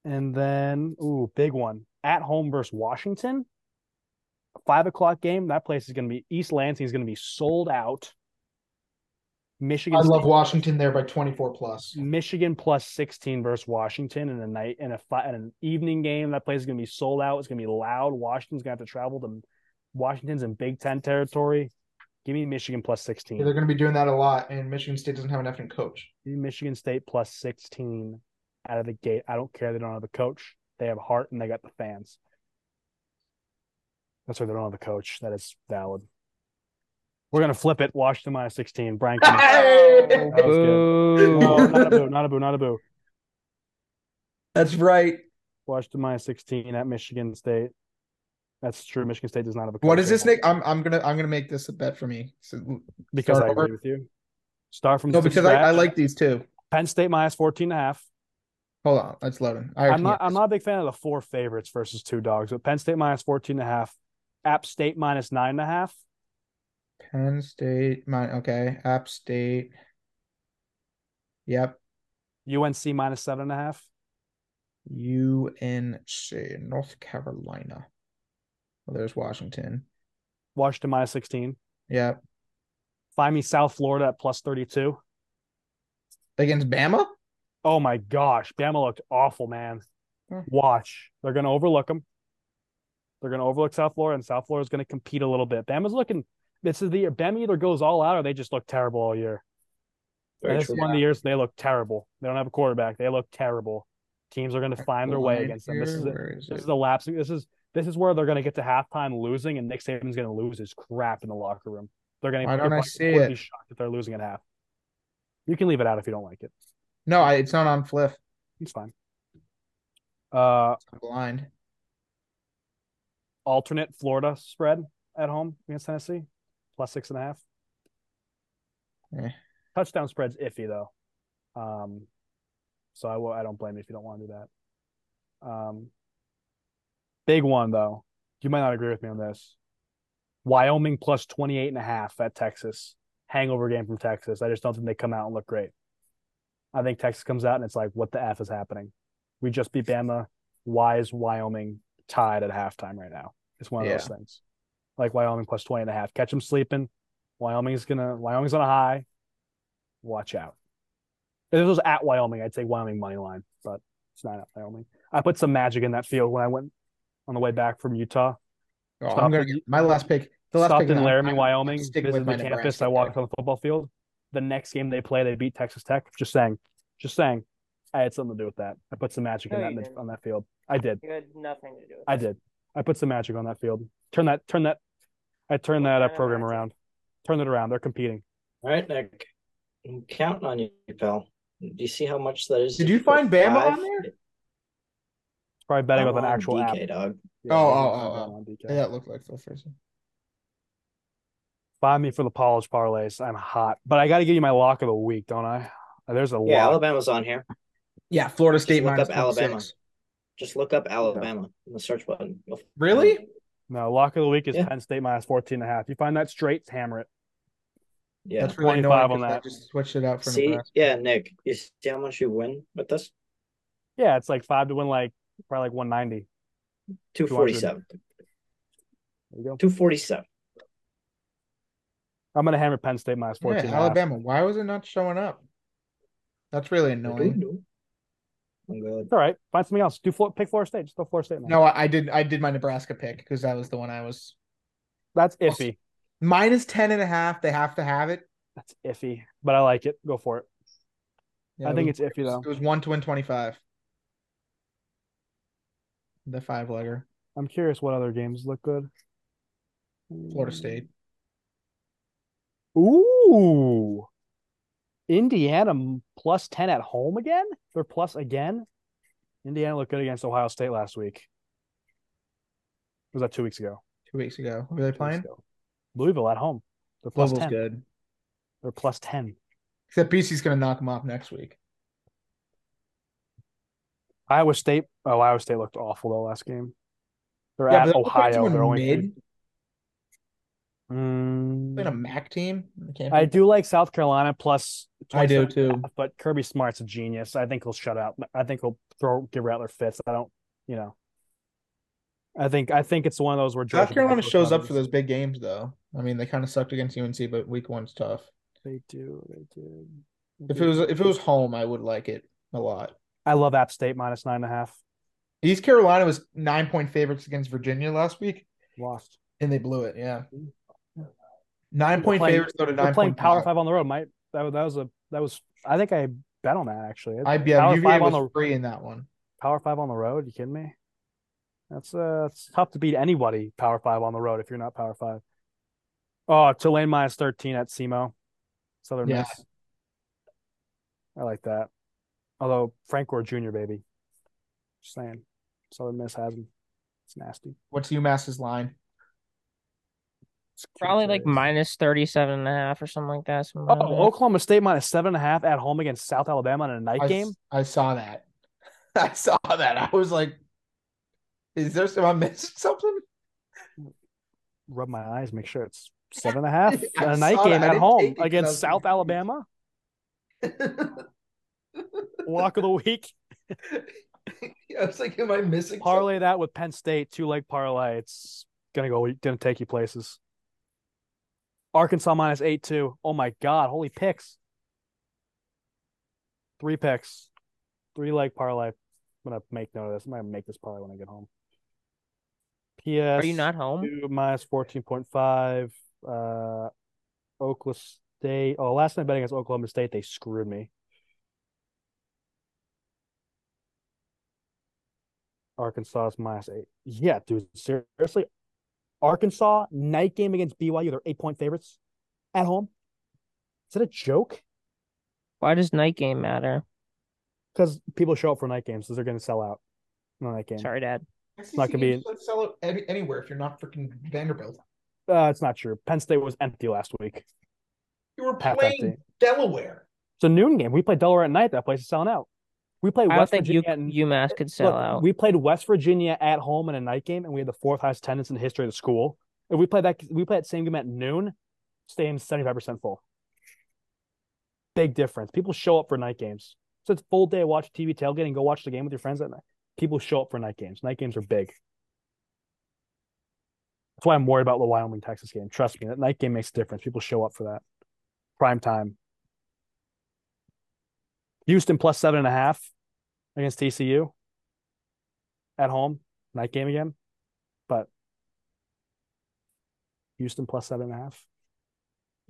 And then, ooh, big one. At home versus Washington. Five o'clock game. That place is going to be, East Lansing is going to be sold out. Michigan
I love
State-
Washington there by 24 plus.
Mm.
Michigan plus 16 versus Washington in a night in a fi- in an evening game. That place is going to be sold out. It's going to be loud. Washington's going to have to travel to Washington's in Big Ten territory. Give me Michigan plus 16.
They're going to be doing that a lot, and Michigan State doesn't have an effing coach.
Give me Michigan State plus 16 out of the gate. I don't care. They don't have a coach. They have heart and they got the fans. That's right. They don't have a coach. That is valid. We're going to flip it. Washington minus 16. Brian. come
[laughs]
on.
Hey!
That was good. No,
Boo.
not a boo. Not a boo. Not a boo.
That's right.
Washington minus 16 at Michigan State. That's true. Michigan State does not have a.
What
coach
is this,
right
Nick? I'm I'm gonna I'm gonna make this a bet for me. So,
now, Because
Start
I agree
over?
with you. Start from
no, because I, I
scratch.
like these too.
Penn State minus 14 and a half.
Hold on, that's loading. I
I'm not. I'm not a big fan of the four favorites versus two dogs, but Penn State minus 14 and a half. App State minus nine and a half.
Penn State. Mine. Okay. App State. Yep.
UNC minus seven and a half.
UNC. North Carolina. Well, there's Washington.
Washington minus 16.
Yep.
Find me South Florida at plus 32.
Against Bama.
Oh my gosh, Bama looked awful, man.
Hmm.
Watch, they're going to overlook them. They're going to overlook South Florida, and South Florida's going to compete a little bit. Bama's looking. This is the year. Bama either goes all out or they just look terrible all year.
Very
this
true.
is one of the years they look terrible. They don't have a quarterback. They look terrible. Teams are going to find their way
Line
against them. This
here,
is a,
where is
this is
it?
a lapsing. This is this is where they're going to get to halftime losing, and Nick Saban's going to lose his crap in the locker room. They're going to.
Why don't I see
Be
it?
shocked if they're losing at half. You can leave it out if you don't like it.
No, I, it's not on Fliff.
It's fine. Uh,
I'm blind.
alternate Florida spread at home against Tennessee, plus six and a half.
Eh.
Touchdown spread's iffy though, um, so I will. I don't blame you if you don't want to do that. Um, big one though. You might not agree with me on this. Wyoming plus 28 and a half at Texas. Hangover game from Texas. I just don't think they come out and look great. I think Texas comes out and it's like, what the F is happening? We just beat Bama. Why is Wyoming tied at halftime right now? It's one of those things. Like Wyoming plus 20 and a half. Catch them sleeping. Wyoming's gonna Wyoming's on a high. Watch out. If this was at Wyoming, I'd say Wyoming money line, but it's not at Wyoming. I put some magic in that field when I went on the way back from Utah.
Oh,
Stop
I'm gonna
it.
get my last pick. The last
Stopped
pick
in
I'm-
Laramie,
I'm
Wyoming,
sticking
visited
my
the campus.
Nebraska
I walked
pick.
on the football field. The next game they play, they beat Texas Tech. Just saying, just saying, I had something to do with that. I put some magic
No,
in
you
that
didn't.
on that field. I did,
You had nothing to do with
I did. I put some magic on that field. Turn that, turn that, I turned
What
that uh,
kind of
program
magic?
around. Turn it around. They're competing.
All right, Nick. I'm counting on you, pal. Do you see how much that is?
Did you find Bama
Five?
on there?
It's probably betting
Oh,
I'm
with an
on
actual app.
DK, dog.
Yeah,
Oh,
I'm
oh,
not
oh,
betting
oh.
on DK.
Yeah, that looked like the first one.
Find me for the polish parlays. I'm hot, but I got to give you my lock of the week, don't I? Uh, There's a
Yeah,
lot.
Alabama's on here.
Yeah, Florida State
look
minus
up Alabama.
26.
Just look up Alabama in the search button. You'll find
Really?
it.
No, lock of the week is
Yeah.
Penn State minus 14 and a half. You find that straight, hammer it.
Yeah.
That's really
25
annoying
on
'cause I
that.
just switched it out for
See,
Nebraska.
yeah, Nick, you see how much you win with this?
Yeah, it's like five to win, like probably like 190.
Two forty-seven.
There you go.
Two forty-seven.
I'm gonna hammer Penn State minus 14.
Yeah,
and a half.
Alabama. Why was it not showing up? That's really annoying.
I'm good.
It's all right. Find something else. Do Flor- pick Florida State. Just go Florida State. Man.
No, I I did. I did my Nebraska pick because that was the one I was
that's iffy.
minus 10 and a half. They have to have it.
That's iffy. But I like it. Go for it.
Yeah,
I think
it
it's iffy
was,
though.
it was one to win 25. The five legger,
I'm curious what other games look good.
Florida State.
Ooh. Indiana m- plus 10 at home again? They're plus again? Indiana looked good against Ohio State last week. Was that two weeks ago?
two weeks ago. Who Were they
Two weeks
playing?
ago. Louisville at home. They're plus 10.
Louisville's good.
They're plus 10.
Except BC's going to knock them off next week.
Iowa State. Oh, Iowa State looked awful though last game. They're
Yeah,
at
but they're
Ohio.
playing
They're
a
only
mid,
three- Mm.
playing a MAC team. I can't.
I
be-
do like South Carolina plus.
I do
27.
too.
But Kirby Smart's a genius. I think he'll shut out. I think he'll throw give Rattler fits. I don't, you know. I think I think it's one of those where
South
Georgia
Carolina
Bulldogs-
shows up for those big games, though. I mean, they kind of sucked against UNC, but week one's tough.
They do. They do. They
If it
do.
was if it was home, I would like it a lot.
I love App State minus nine and a half.
East Carolina was nine point favorites against Virginia last week,
Lost.
and they blew it. Yeah, nine point
playing-
favorites though to
They're
nine
playing
point
Power Five on the road. My that, was- that was a that was. I think I bet on that actually.
I yeah,
Power
UVA
Five
was
on the
free in that one.
Power Five on the road. You kidding me? That's uh, it's tough to beat anybody. Power Five on the road if you're not Power Five. Oh, Tulane minus thirteen at SEMO, Southern
Yeah.
Miss. I like that. Although Frank Gore Jr. baby, just saying, Southern Miss has him. It's nasty.
What's UMass's line?
It's
Probably like
curious.
minus 37 and a half or something like that. something like that.
Oh, Oklahoma State minus seven and a half at home against South Alabama in a night
I, s-
game.
I saw that. [laughs] I saw that. I was like, "Is there? Am I missing something?" [laughs]
Rub my eyes, make sure it's seven and a half
I
a night
saw that.
game
I
at
didn't
home
take it 'cause I
against
was
South
confused.
Alabama.
I
Lock of the week.
[laughs] was like, "Am I missing?"
parlay that with Penn State two leg parlay. It's gonna go gonna take you places. Arkansas minus eight two. Oh my god, holy picks. Three picks. Three leg parlay. I'm gonna make note of this. I'm gonna make this parlay when I get home. PS
Are you not home?
two minus fourteen point five. Uh Oklahoma State. Oh, last night betting against Oklahoma State, they screwed me. Arkansas is minus eight. Yeah, dude, seriously. Arkansas night game against BYU. They're eight point favorites at home. Is that a joke?
Why does night game matter?
Because people show up for night games, so they're going to sell out. No night game.
Sorry, Dad.
It's
not gonna be-
Let's sell it any, anywhere if you're not freaking Vanderbilt.
Uh, it's not true. Penn State was empty last week.
You were
Half
playing
empty.
Delaware.
It's a noon game. We play Delaware at night. That place is selling out. We play
I don't
West
think
Virginia.
you,
at-
UMass could sell
look,
out.
We played West Virginia at home in a night game, and we had the fourth highest attendance in the history of the school. If we played that, we played that same game at noon. Stadium's seventy five percent full. Big difference. People show up for night games. So it's full day watch TV tailgate and go watch the game with your friends at night. People show up for night games. Night games are big. That's why I'm worried about the Wyoming Texas game. Trust me, that night game makes a difference. People show up for that. Prime time. Houston plus seven and a half against TCU at home, night game again. But Houston plus seven and a half.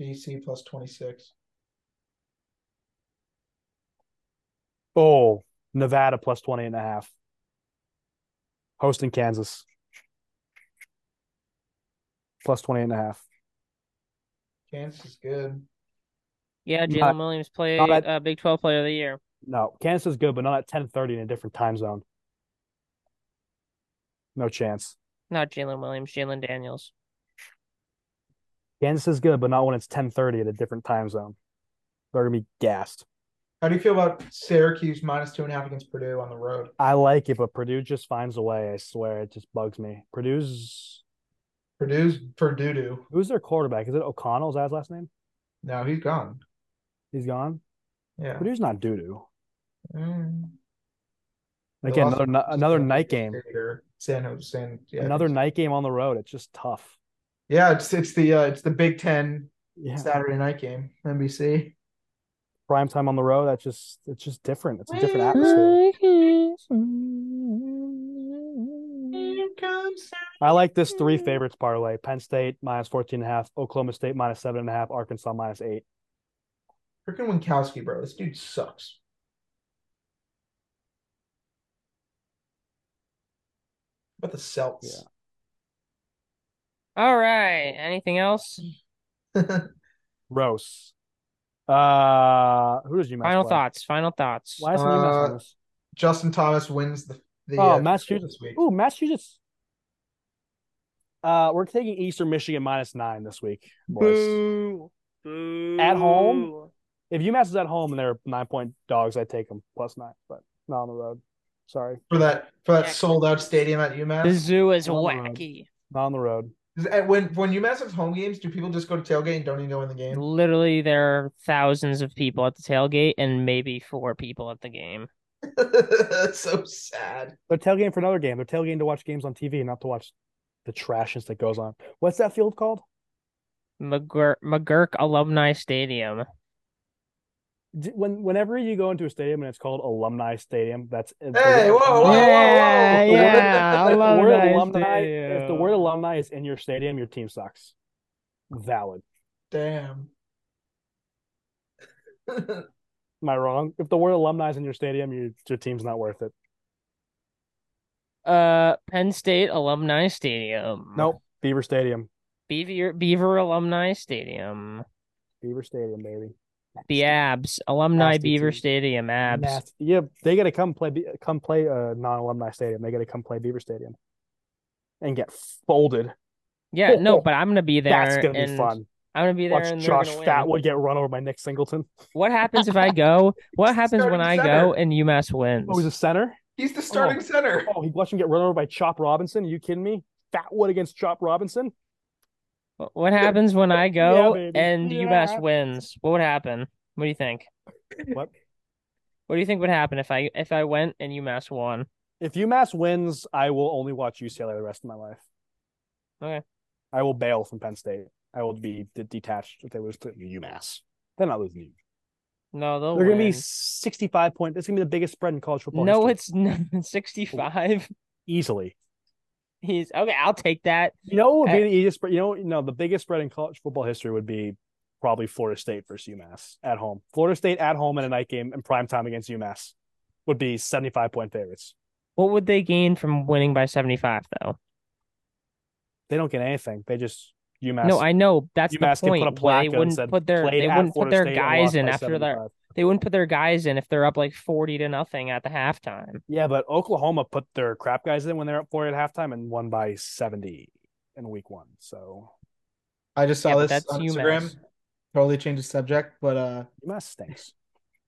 BC plus twenty six.
Oh, Nevada plus 20 and a half. Hosting Kansas. Plus 20 and a half.
Kansas is good.
yeah, Jalen
not-
Williams played
at-
uh, Big 12 Player of the Year.
No, Kansas is good, but not at 1030 in a different time zone. No chance.
Not Jalen Williams, Jalen Daniels.
Kansas is good, but not when it's 1030 at a different time zone. They're going to be gassed.
How do you feel about Syracuse minus two and a half against Purdue on the road?
I like it, but Purdue just finds a way. I swear, it just bugs me. Purdue's
Purdue's for doo doo.
who's their quarterback? Is it O'Connell? Is that his last name?
No, he's gone.
He's gone.
Yeah.
Purdue's not doo doo.
Mm. They
Again,
lost
another ni-
to
another
San
night
Diego
game.
State or San Jose. San, yeah, I
Another
think so.
night game on the road. It's just tough.
Yeah, it's it's the uh, it's the Big Ten
Yeah.
Saturday night game, NBC.
Prime time on the road. That's just it's just different. It's a different atmosphere. I like this three favorites parlay. Penn State minus 14 and a half, Oklahoma State minus seven and a half, Arkansas minus eight.
Freaking Winkowski, bro. This dude sucks. How About the Celts.
All right. Anything else?
Gross. Uh who does you
Final thoughts. Final thoughts.
Why isn't UMass on
Uh,
this?
[laughs] Justin Thomas wins the the
Oh,
uh,
Massachusetts.
this week.
Ooh, Massachusetts. Uh, we're taking Eastern Michigan minus nine this week, boys.
Boo.
At home? If UMass is at home and they're nine point dogs, I take them plus nine, but not on the road. Sorry,
For that for that
Yeah.
sold out stadium at UMass.
The zoo is
Come on.
wacky.
not on the road.
Is- and when when UMass has home games, do people just go to tailgate and don't even go in the game? [laughs]
Literally, there are thousands of people at the tailgate and maybe four people at the game.
That's so sad.
They're tailgating for another game. They're tailgating to watch games on TV, not to watch the trashness that goes on. What's that field called?
McGurk, McGurk Alumni Stadium.
D- When whenever you go into a stadium and it's called Alumni Stadium, that's
Hey, whoa, whoa, whoa,
Yeah,
whoa.
yeah, I
the
love-
word
Alumni
alumni. If the word
Stadium.
alumni is in your stadium, your team sucks. Valid.
Damn. [laughs]
Am I wrong? If the word alumni is in your stadium, your your team's not worth it.
Uh, Penn State Alumni Stadium.
Nope. Beaver Stadium.
Beaver Beaver Alumni Stadium.
Beaver Stadium, baby.
The Abs Alumni
Nasty
Beaver
team.
Stadium Abs.
Nasty. Yeah, they gotta come play Be- come play uh non-alumni stadium. They gotta come play Beaver Stadium. And get folded.
Yeah, no, but I'm gonna be there.
That's gonna
and
be fun.
I'm gonna be there.
Watch
and they're
Josh
gonna win.
Fatwood get run over by Nick Singleton.
What happens
[laughs]
if I go? What happens
Starting
when I
center.
go and UMass wins?
Oh, he's a center.
He's the starting
Oh.
center.
Oh, he watched him get run over by Chop Robinson. Are you kidding me? Fatwood against Chop Robinson.
What happens
[laughs]
when I go
baby.
and
Yeah.
UMass wins? What would happen? What do you think?
What?
What do you think would happen if I if I went and UMass won?
If UMass wins, I will only watch UCLA the rest of my life.
Okay.
I will bail from Penn State. I will be d- detached if they lose to UMass. They're not losing. to you.
No, they'll
They're going to be
win.
65 point. It's going to be the biggest spread in college football.
no,
history.
it's not [laughs] sixty five.
easily.
[laughs] He's okay. I'll take that.
You know, what would be
Hey.
the easiest spread. You know, no, the biggest spread in college football history would be probably Florida State versus UMass at home. Florida State at home in a night game in prime time against UMass would be 75 point favorites.
What would they gain from winning by seventy five though?
They don't get anything. They just UMass.
No, I know that's
UMass
the
can
point.
put a
why
plaque
they
up and
wouldn't
said,
put their
played
they
at
wouldn't put
Florida
their
State and
guys
lost
in
by
after their
75.
they wouldn't put their guys in if they're up like forty to nothing at the halftime.
Yeah, but Oklahoma put their crap guys in when they're up four at halftime and won by 70 in week one. So
I just saw
Yeah, but
this
that's
on
UMass.
Instagram. Totally changed the subject, but uh,
UMass stinks.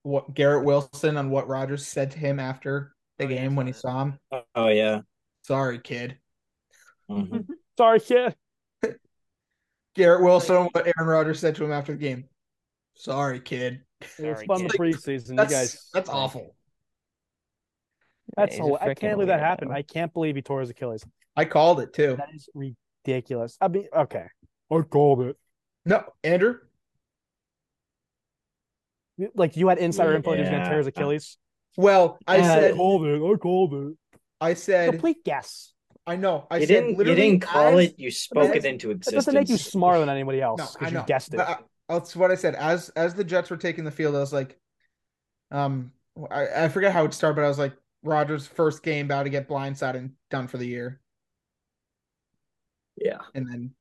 what Garrett Wilson on what Rogers said to him after the
Oh, yeah, I
game
saw
when he
that.
saw him.
Oh yeah.
Sorry, kid.
Mhm.
Sorry, kid.
Garrett Wilson, on what Aaron Rodgers said to him after the game. Sorry, kid.
It's
Sorry,
fun the
kid.
preseason. You
That's
guys,
that's awful.
That's
He's a
hol- I
frickin'
can't believe that
weirdo.
happened. I can't believe he tore his Achilles.
I called it too.
That is ridiculous. I mean, okay, I called it.
No, Andrew.
You- Like you had insider info that he was going to
Yeah.
tear his Achilles.
Well, I
Uh,
Yeah.
said,
called it. I called it.
I said,
Complete guess.
I know. I
you
said,
didn't. You
literally
didn't call
as-
it. You spoke it into
It
existence.
doesn't make you smarter than anybody else
I
because
know,
you guessed it.
But uh, I, that's what I said. As as the Jets were taking the field, I was like, um, I, I forget how it started, but I was like, Rogers' first game about to get blindsided and done for the year,
Yeah.
and then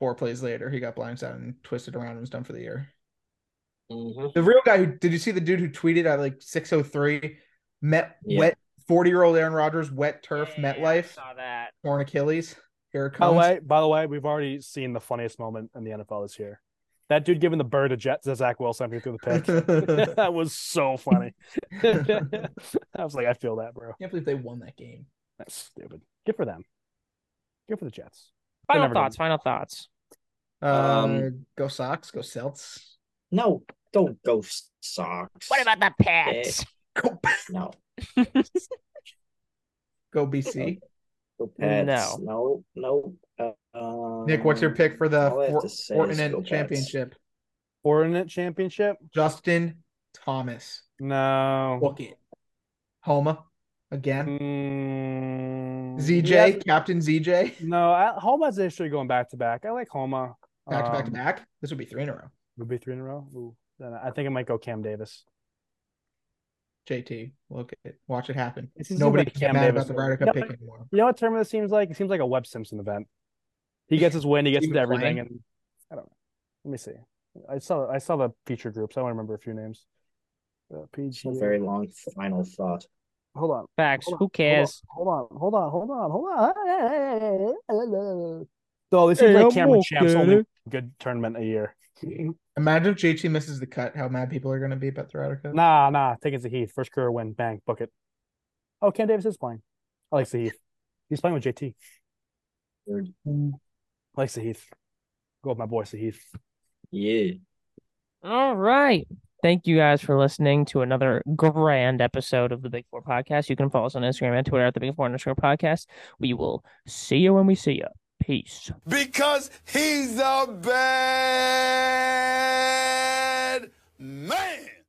four plays later, he got blindsided and twisted around and was done for the year.
Mhm.
The real guy who did you see the dude who tweeted at like six oh three, met
Yeah.
wet forty year old Aaron Rodgers wet turf
Yeah, I
MetLife
saw that.
torn Achilles. Here it
By the
comes. [laughs]
way, by the way, we've already seen the funniest moment in the NFL this year. That dude giving the bird a jet to Zach Wilson after he threw the pick. that was so funny. [laughs] I was like, I feel that, bro.
[laughs] Can't believe they won that game.
That's stupid. Good for them. Good for the Jets.
Final
never
thoughts. Final thoughts.
Uh,
Um,
go Sox. Go Celts.
No, don't go socks.
What about the Pats?
Go
no?
go BC.
Go Pats. No, no. no. Uh,
Nick, what's your pick for the
all I have
Fort-
to say is go
Fortinet
Pats.
championship?
Fortinet championship?
Justin Thomas.
No.
Book it. Homa again.
Mm,
ZJ,
yeah,
Captain ZJ.
No, I, Homa's history going back to back. I like Homa.
Back to back to
Um,
back. This would be three in a row.
Would be three in a row. Ooh, then I think I might go Cam Davis.
JT, look at it. Watch it happen.
This is
Nobody
like
can get
Cam
mad
Davis.
about the Ryder Cup
Yep.
pick anymore.
You know what tournament this seems like? It seems like a Webb Simpson event. He gets his win. He gets
Even
into everything,
playing?
and I don't know. Let me see. I saw I saw the feature groups. I don't remember a few names. Uh,
It's a
PGA.
very long final thought.
Hold on.
Facts.
Hold on,
Who cares?
Hold on. Hold on. Hold on. Hold on. So this
Hey,
seems
I'm
like Cameron Champ's
walking.
only good tournament a year.
Imagine if JT misses the cut, how mad people are going to be about the Ryder Cup.
Nah, nah. Take it to Heath. First career win. Bang. Book it. Oh, Cam Davis is playing. I like Heath. He's playing with JT.
Dude,
I like Heath. Go with my boy Heath.
Yeah.
All right. Thank you guys for listening to another grand episode of the Big Four Podcast. You can follow us on Instagram and Twitter at the Big Four underscore podcast. We will see you when we see you. Peace.
because he's a bad man.